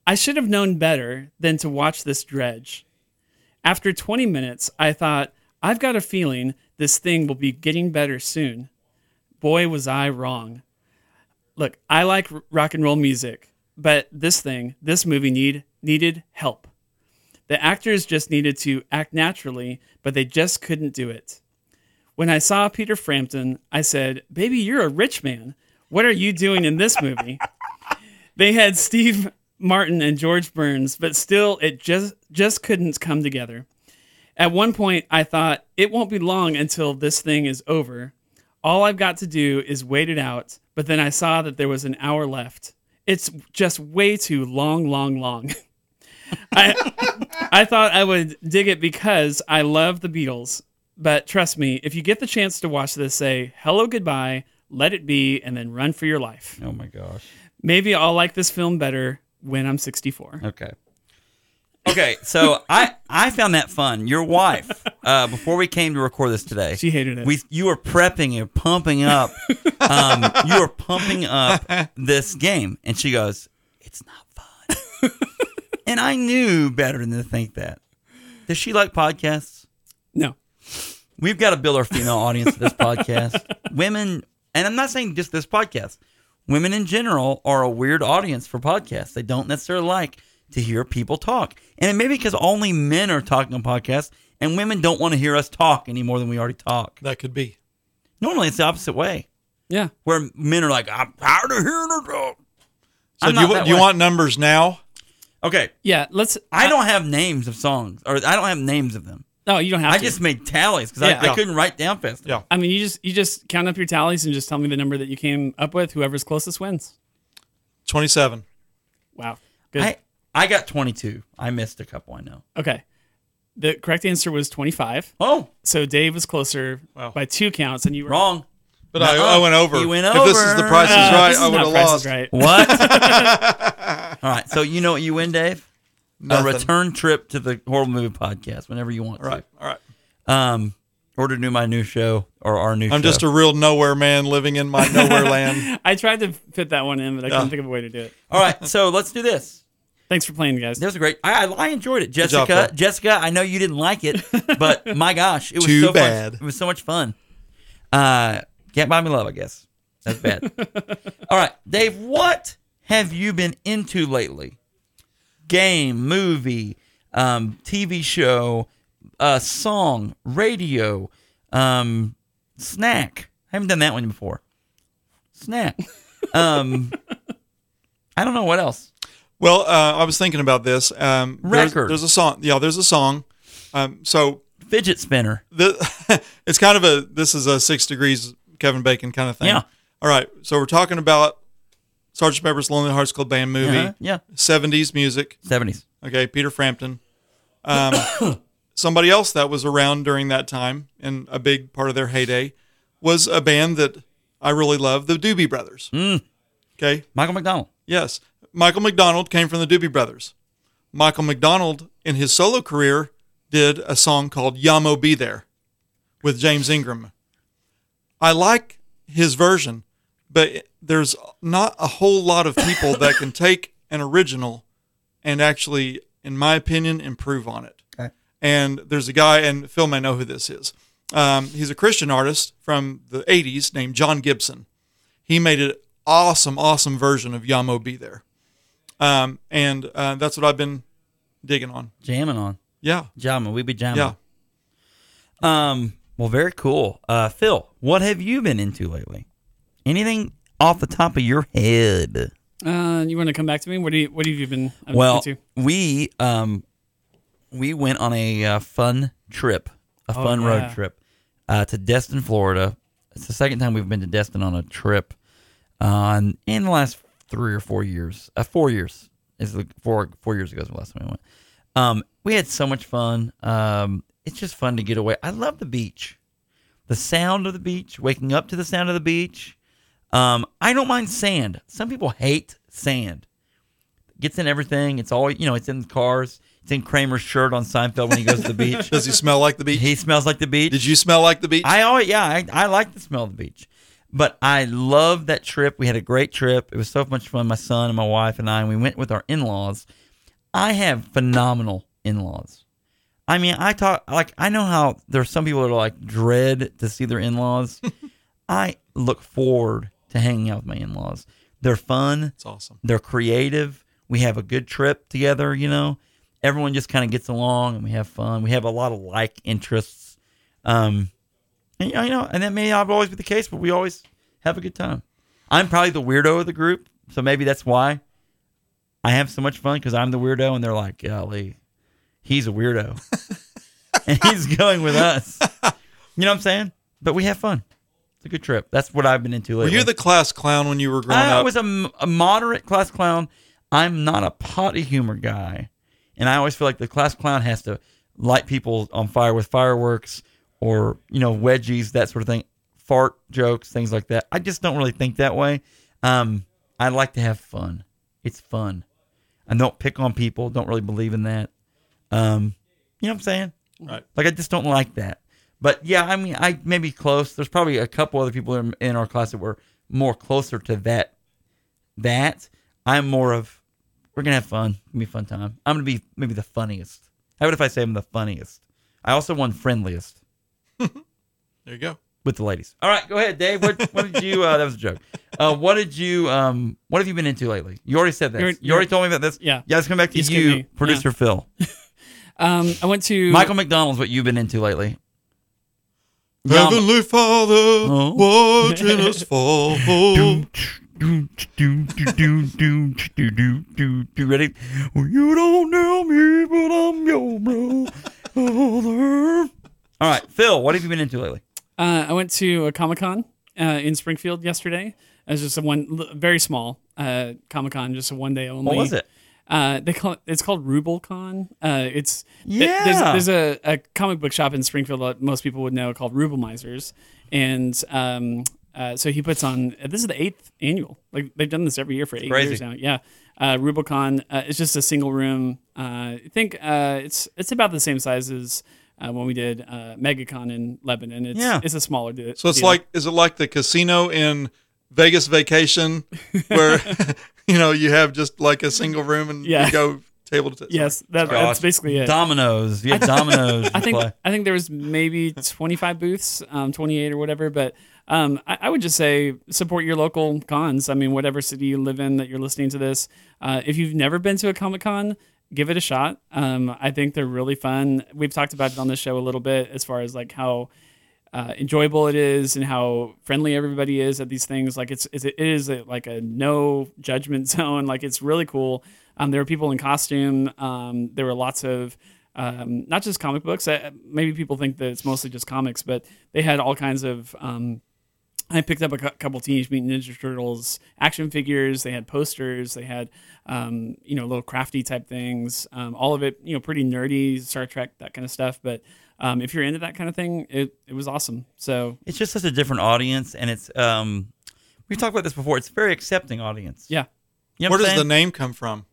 I should have known better than to watch this dredge. After 20 minutes, I thought, I've got a feeling this thing will be getting better soon. Boy, was I wrong. Look, I like r- rock and roll music, but this thing, this movie need needed help. The actors just needed to act naturally, but they just couldn't do it. When I saw Peter Frampton, I said, "Baby, you're a rich man. What are you doing in this movie?" they had Steve Martin and George Burns, but still it just just couldn't come together. At one point I thought it won't be long until this thing is over. All I've got to do is wait it out, but then I saw that there was an hour left. It's just way too long, long, long. I I thought I would dig it because I love the Beatles. But trust me, if you get the chance to watch this, say hello, goodbye, let it be, and then run for your life. Oh my gosh. Maybe I'll like this film better when I'm 64. Okay. Okay, so I I found that fun. Your wife, uh, before we came to record this today, She hated it. We you were prepping and pumping up, um, you were pumping up this game, and she goes, "It's not fun," and I knew better than to think that. Does she like podcasts? No. We've got to build our female audience for this podcast. Women, and I'm not saying just this podcast. Women in general are a weird audience for podcasts. They don't necessarily like to hear people talk, and it may be because only men are talking on podcasts, and women don't want to hear us talk any more than we already talk. That could be. Normally, it's the opposite way, Yeah. where men are like, "I'm tired of hearing it." all." So I'm do you, not wa- that do you way. want numbers now? Okay, Yeah. Let's. I don't have names of songs, or I don't have names of them. No, you don't have I to. just made tallies because Yeah. I, I couldn't write down fast. Yeah. I mean, you just you just count up your tallies and just tell me the number that you came up with. Whoever's closest wins. Twenty-seven. Wow. Good. I I got 22. I missed a couple. I know. okay. The correct answer was 25. Oh, So Dave was closer Wow. by two counts, and you were wrong. But I, Nuh-uh. I went over. You went if this is the over. price is Uh, right, this is I would not have Price is lost. Right. What? All right. So you know what you win, Dave? Nothing. A return trip to the horrible movie podcast whenever you want All right. All right. to. Um, or to do my new show or our new. I'm just a show. real nowhere man living in my nowhere land. I tried to fit that one in, but I couldn't think of a way to do it. All right. So let's do this. Thanks for playing, guys. That was a great. I, I- I enjoyed it, job, Jessica. Phil. Jessica, I know you didn't like it, but my gosh, it was Too so bad. Fun. It was so much fun. Uh, can't buy me love, I guess. That's bad. All right, Dave. What have you been into lately? Game, movie, um, TV show, uh, song, radio, um, snack. I haven't done that one before. Snack. Um, I don't know what else. Well, uh, I was thinking about this. Um, there's, Record. there's a song. Yeah, there's a song. Um, so Fidget spinner. the it's kind of a this is a six degrees Kevin Bacon kind of thing. Yeah. All right. So we're talking about Sergeant Pepper's Lonely Hearts Club Band movie, Uh-huh, Yeah, 70s music. seventies. Okay, Peter Frampton. Um, somebody else that was around during that time and a big part of their heyday was a band that I really love, the Doobie Brothers. Mm. Okay. Michael McDonald. Yes. Michael McDonald came from the Doobie Brothers. Michael McDonald, in his solo career, did a song called Yamo Be There with James Ingram. I like his version, but there's not a whole lot of people that can take an original and actually, in my opinion, improve on it. Okay. And there's a guy, and Phil may know who this is. Um, he's a Christian artist from the 80s named John Gibson he made an awesome, awesome version of Yamo Be There. Um, and uh, that's what I've been digging on. Jamming on. Yeah. Jamming. We be jamming. Yeah. Um, well, very cool. Uh, Phil, what have you been into lately? Anything off the top of your head? Uh, you want to come back to me? What do you What have you been up well, to? we um, we went on a uh, fun trip, a Oh, fun yeah. road trip uh, to Destin, Florida. It's the second time we've been to Destin on a trip on in the last three or four years. Uh, four years is the four four years ago is the last time we went. Um, we had so much fun. Um, it's just fun to get away. I love the beach, the sound of the beach, waking up to the sound of the beach. Um, I don't mind sand. Some people hate sand. Gets in everything. It's always you know. It's in cars. It's in Kramer's shirt on Seinfeld when he goes to the beach. Does he smell like the beach? He smells like the beach. Did you smell like the beach? I always, yeah, I, I like the smell of the beach. But I love that trip. We had a great trip. It was so much fun. My son and my wife and I, and we went with our in laws. I have phenomenal in laws. I mean, I talk, like, I know how there's some people that are like dread to see their in laws. I look forward to hanging out with my in laws. They're fun, It's awesome. they're creative. We have a good trip together, you know. Everyone just kind of gets along and we have fun. We have a lot of like interests. Um and you know, you know, and that may not always be the case, but we always have a good time. I'm probably the weirdo of the group, so maybe that's why I have so much fun because I'm the weirdo and they're like, golly, he's a weirdo. and he's going with us. You know what I'm saying? But we have fun. It's a good trip. That's what I've been into Were lately. you the class clown when you were growing I up? was a, m- a moderate class clown. I'm not a potty humor guy, and I always feel like the class clown has to light people on fire with fireworks or you know wedgies, that sort of thing, fart jokes, things like that. I just don't really think that way. Um, I like to have fun. It's fun. I don't pick on people. Don't really believe in that. Um, you know what I'm saying? Right. Like I just don't like that. But yeah, I mean, I may be close. There's probably a couple other people in, in our class that were more closer to that. That I'm more of. We're gonna have fun. It's gonna be a fun time. I'm gonna be maybe the funniest. How about if I say I'm the funniest? I also won friendliest There you go. with the ladies. All right, go ahead, Dave. What, what did you? Uh, that was a joke. Uh, what did you? Um, what have you been into lately? You already said this. You're- you already told me about this. Yeah. Yeah, let's come back to You skipped you, me. producer Phil. Um, I went to Michael McDonald's. What you've been into lately? Yum. Heavenly Father, Oh. watching us fall. do, do, do, do, do, do, do, do, do. Ready? Well, you don't know me, but I'm your brother. All right, Phil, what have you been into lately? Uh, I went to a Comic Con uh, in Springfield yesterday. It was just a one l- very small uh, Comic Con, just a one day only. What was it? Uh, they call it, it's called RubelCon. Uh, it's th- Yeah. There's, there's a, a comic book shop in Springfield that most people would know called Rubelmizers, and um, uh, so he puts on. This is the eighth annual. Like they've done this every year for eight crazy. years now. Yeah. Uh, Rubicon uh, is just a single room. Uh, I think uh, it's it's about the same size as uh, when we did uh, MegaCon in Lebanon. It's Yeah. it's a smaller. De- So it's deal. like, is it like the casino in Vegas Vacation, where you know you have just like a single room and Yeah. you go table to table? yes, that, that's basically it. Dominoes. Yeah, dominoes. I think play. I think there was maybe 25 booths, um, 28 or whatever. But um, I, I would just say support your local cons. I mean, whatever city you live in that you're listening to this. Uh, if you've never been to a comic con, give it a shot. Um, I think they're really fun. We've talked about it on this show a little bit as far as like how uh, enjoyable it is and how friendly everybody is at these things. Like it's, it's it is a, like a no judgment zone. Like it's really cool. Um, there were people in costume. Um, there were lots of um, not just comic books. Uh, maybe people think that it's mostly just comics, but they had all kinds of. Um, I picked up a cou- couple Teenage Mutant Ninja Turtles action figures. They had posters. They had, um, you know, little crafty type things. Um, all of it, you know, pretty nerdy Star Trek that kind of stuff. But um, if you're into that kind of thing, it it was awesome. So It's just such a different audience, and it's um, we've talked about this before. It's a very accepting audience. yeah, You know what Where I'm does the saying? name come from?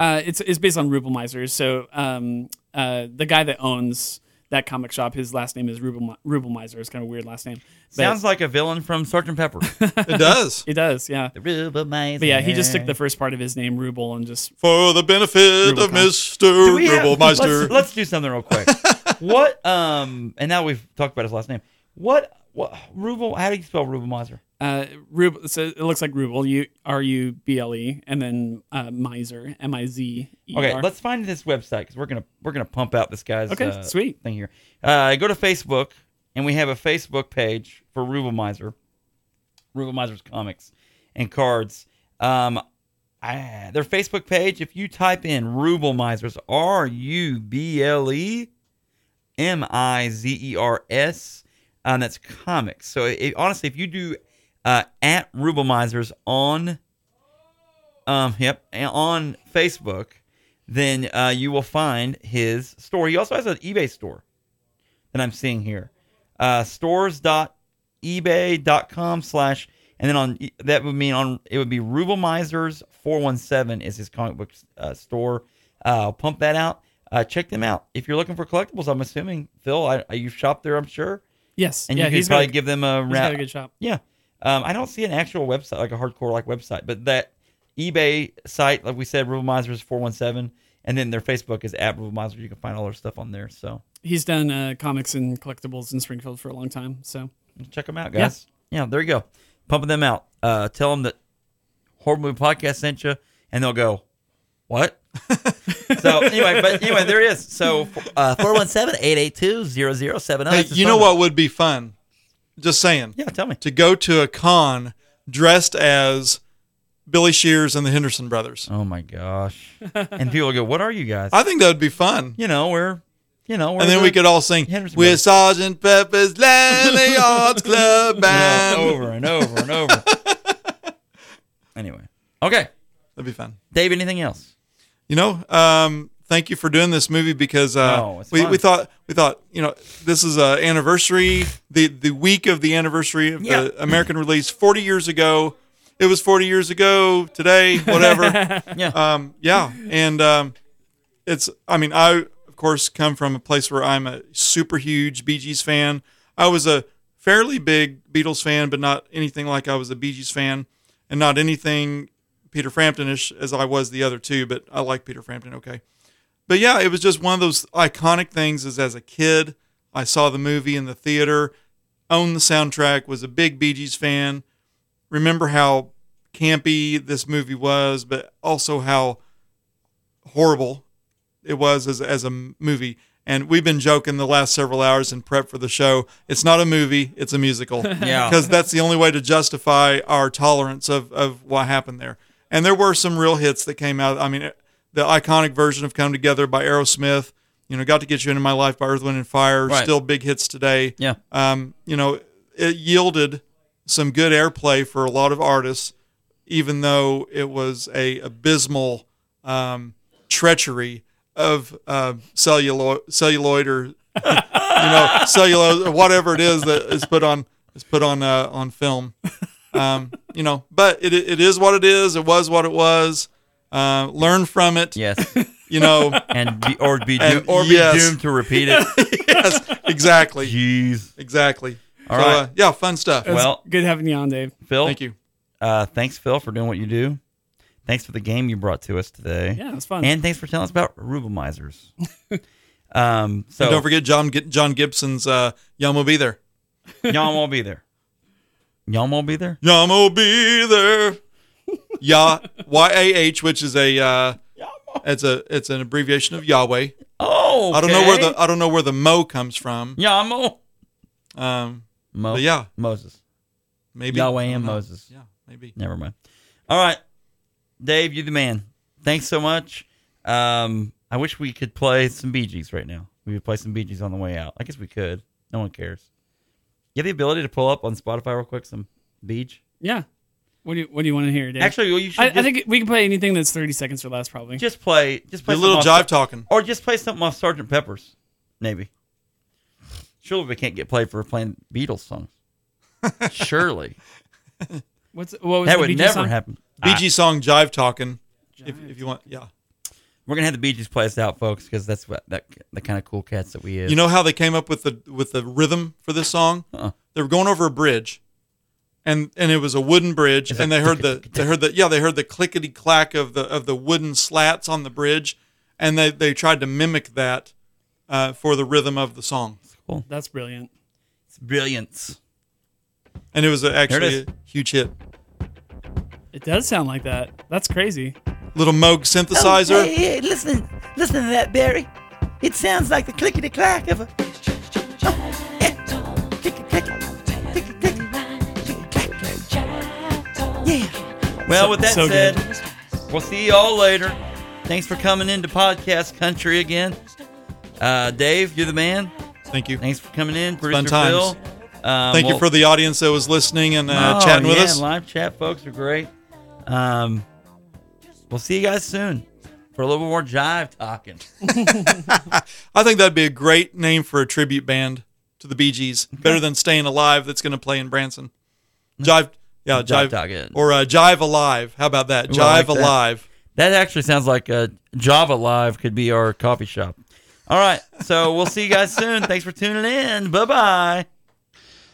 uh, it's it's based on Rubelmeiser. So um, uh, the guy that owns that comic shop, his last name is Rubel Rubelmeiser. It's kind of a weird last name. But sounds like a villain from Sergeant Pepper? It does it does, yeah. the Rubelmeister. But yeah, he just took the first part of his name, Rubel, and just for the benefit of Rubicon. Do Mister we have- Rubelmeister. Let's, let's do something real quick. what? Um, and now we've talked about his last name. What? What? Rubel? How do you spell Rubelmeister? uh, Rubel. So it looks like Rubel, U R U B L E, and then uh, Miser, M I Z E R. Okay, let's find this website because we're gonna we're gonna pump out this guy's Okay, uh, sweet. thing here. Uh, go to Facebook, and we have a Facebook page for Rubelmeiser, Rubelmeiser's comics and cards. Um, I, their Facebook page. If you type in Rubelmeiser's, R U B L E M I Z E R S, and that's comics. So it, honestly, if you do uh, at Rubelmeiser's on um, yep, and on Facebook, then uh, you will find his store. He also has an eBay store that I'm seeing here. Uh, stores.ebay.com slash, and then on that would mean on it would be Rubelmizers 417 is his comic book uh, store. Uh, I'll pump that out. Uh, check them out if you're looking for collectibles. I'm assuming Phil, I, you shop there, I'm sure, Yes, and yeah, you could he's probably got, a- give them a he's got round. a good shop. Yeah. Um, I don't see an actual website, like a hardcore like website, but that eBay site, like we said, Rubelmizer is 417. And then their Facebook is at Rubelmizer. You can find all their stuff on there. So He's done uh, comics and collectibles in Springfield for a long time. So check them out, guys. Yeah, there you go. Pumping them out. Uh, tell them that Horror Movie Podcast sent you, and they'll go, What? so anyway, but anyway, there it is. So uh, 417 882 0070. Hey, you know what would be fun? Just saying. Yeah, tell me. To go to a con dressed as Billy Shears and the Henderson brothers. Oh my gosh. and people go, What are you guys? I think that would be fun. you know, we're, you know, we're And then the- we could all sing Henderson with Brothers. Sergeant Pepper's Lonely Hearts Club Yeah, Band. over and over and over. anyway, okay, That'd be fun. Dave. Anything else? You know, um, thank you for doing this movie because uh, No, it's we, fun. we thought we thought you know this is a anniversary the the week of the anniversary of Yeah. the American release forty years ago. It was forty years ago today, whatever. Yeah. um, yeah, and um, it's I mean I of course come from a place where I'm a super huge Bee Gees fan. I was a fairly big Beatles fan, but not anything like I was a Bee Gees fan, and not anything Peter Framptonish as I was the other two. But I like Peter Frampton, okay. But yeah, it was just one of those iconic things. Is as a kid, I saw the movie in the theater, owned the soundtrack, was a big Bee Gees fan. Remember how campy this movie was, but also how horrible it was as as a movie. And we've been joking the last several hours in prep for the show. It's not a movie, it's a musical. Yeah. Because that's the only way to justify our tolerance of, of what happened there. And there were some real hits that came out. I mean, the iconic version of Come Together by Aerosmith, you know, Got to Get You Into My Life by Earth, Wind, and Fire, Right. still big hits today Yeah. um, you know, it yielded some good airplay for a lot of artists, even though it was a abysmal um, treachery of uh, celluloid, celluloid or you know cellulose or whatever it is that is put on is put on uh, on film. Um, you know, but it it is what it is. It was what it was. Uh, learn from it. Yes. You know, And be, or be And doomed, or be yes. doomed to repeat it. yes, exactly, Jeez. exactly. All so, right. uh, yeah, fun stuff. It's Well- good having you on, Dave. Phil. Thank you. Uh, thanks, Phil, for doing what you do. Thanks for the game you brought to us today. Yeah, it was fun. And thanks for telling us about Rubomizers. um, so And don't forget John John Gibson's uh, "Yum will be there." Y'all won't be there. Y'all won't be there. Yum will be there. Yah Y A H, which is a uh, it's a it's an abbreviation of Yahweh. Oh, I don't know where okay. the I don't know where the Mo comes from. Yamo. Um, Mo- but yeah, Moses. maybe Yahweh I don't and know. Moses. Yeah, maybe. Never mind. All right, Dave, you the man. Thanks so much. Um, I wish we could play some Bee Gees right now. We could play some Bee Gees on the way out. I guess we could. No one cares. You have the ability to pull up on Spotify real quick some Bee Gees? yeah. What do you What do you want to hear, Dave? Actually, well, you should I, just, I think we can play anything that's thirty seconds or less, probably. just play just play Your little something off- jive talking. or just play something off Sergeant Pepper's, maybe. Surely we can't get played for playing Beatles songs. Surely What's what was that the would BG never song? happen. I- BG song jive talking. If, if you want, yeah. we're gonna have the Bee Gees play us out, folks, because that's what that the kind of cool cats that we is. You know how they came up with the with the rhythm for this song? Huh. They were going over a bridge, and and it was a wooden bridge, and they heard the they heard the yeah they heard the clickety clack of the of the wooden slats on the bridge, and they they tried to mimic that uh, for the rhythm of the song, cool. That's brilliant. It's brilliance. and it was a, actually is. a huge hit. It does sound like that. That's crazy. Little Moog synthesizer. Hey, hey, listen, listen to that, Barry. It sounds like the clickety clack of a. Well, with that so said, good. we'll see you all later. Thanks for coming into podcast country again. Uh, Dave, you're the man. Thank you. Thanks for coming in, fun producer times. Phil. Um, Thank we'll- you for the audience that was listening and uh, Oh, chatting with yeah, us. Live chat folks are great. Um, we'll see you guys soon for a little more jive talking. I think that'd be a great name for a tribute band to the Bee Gees. Better than Staying Alive that's going to play in Branson. Jive, yeah, Jive Jive, Talkin'. or uh, Jive Alive. How about that? Ooh, I like Jive that. Alive. That actually sounds like a Java Live could be our coffee shop. All right, so we'll see you guys soon. Thanks for tuning in. Bye bye.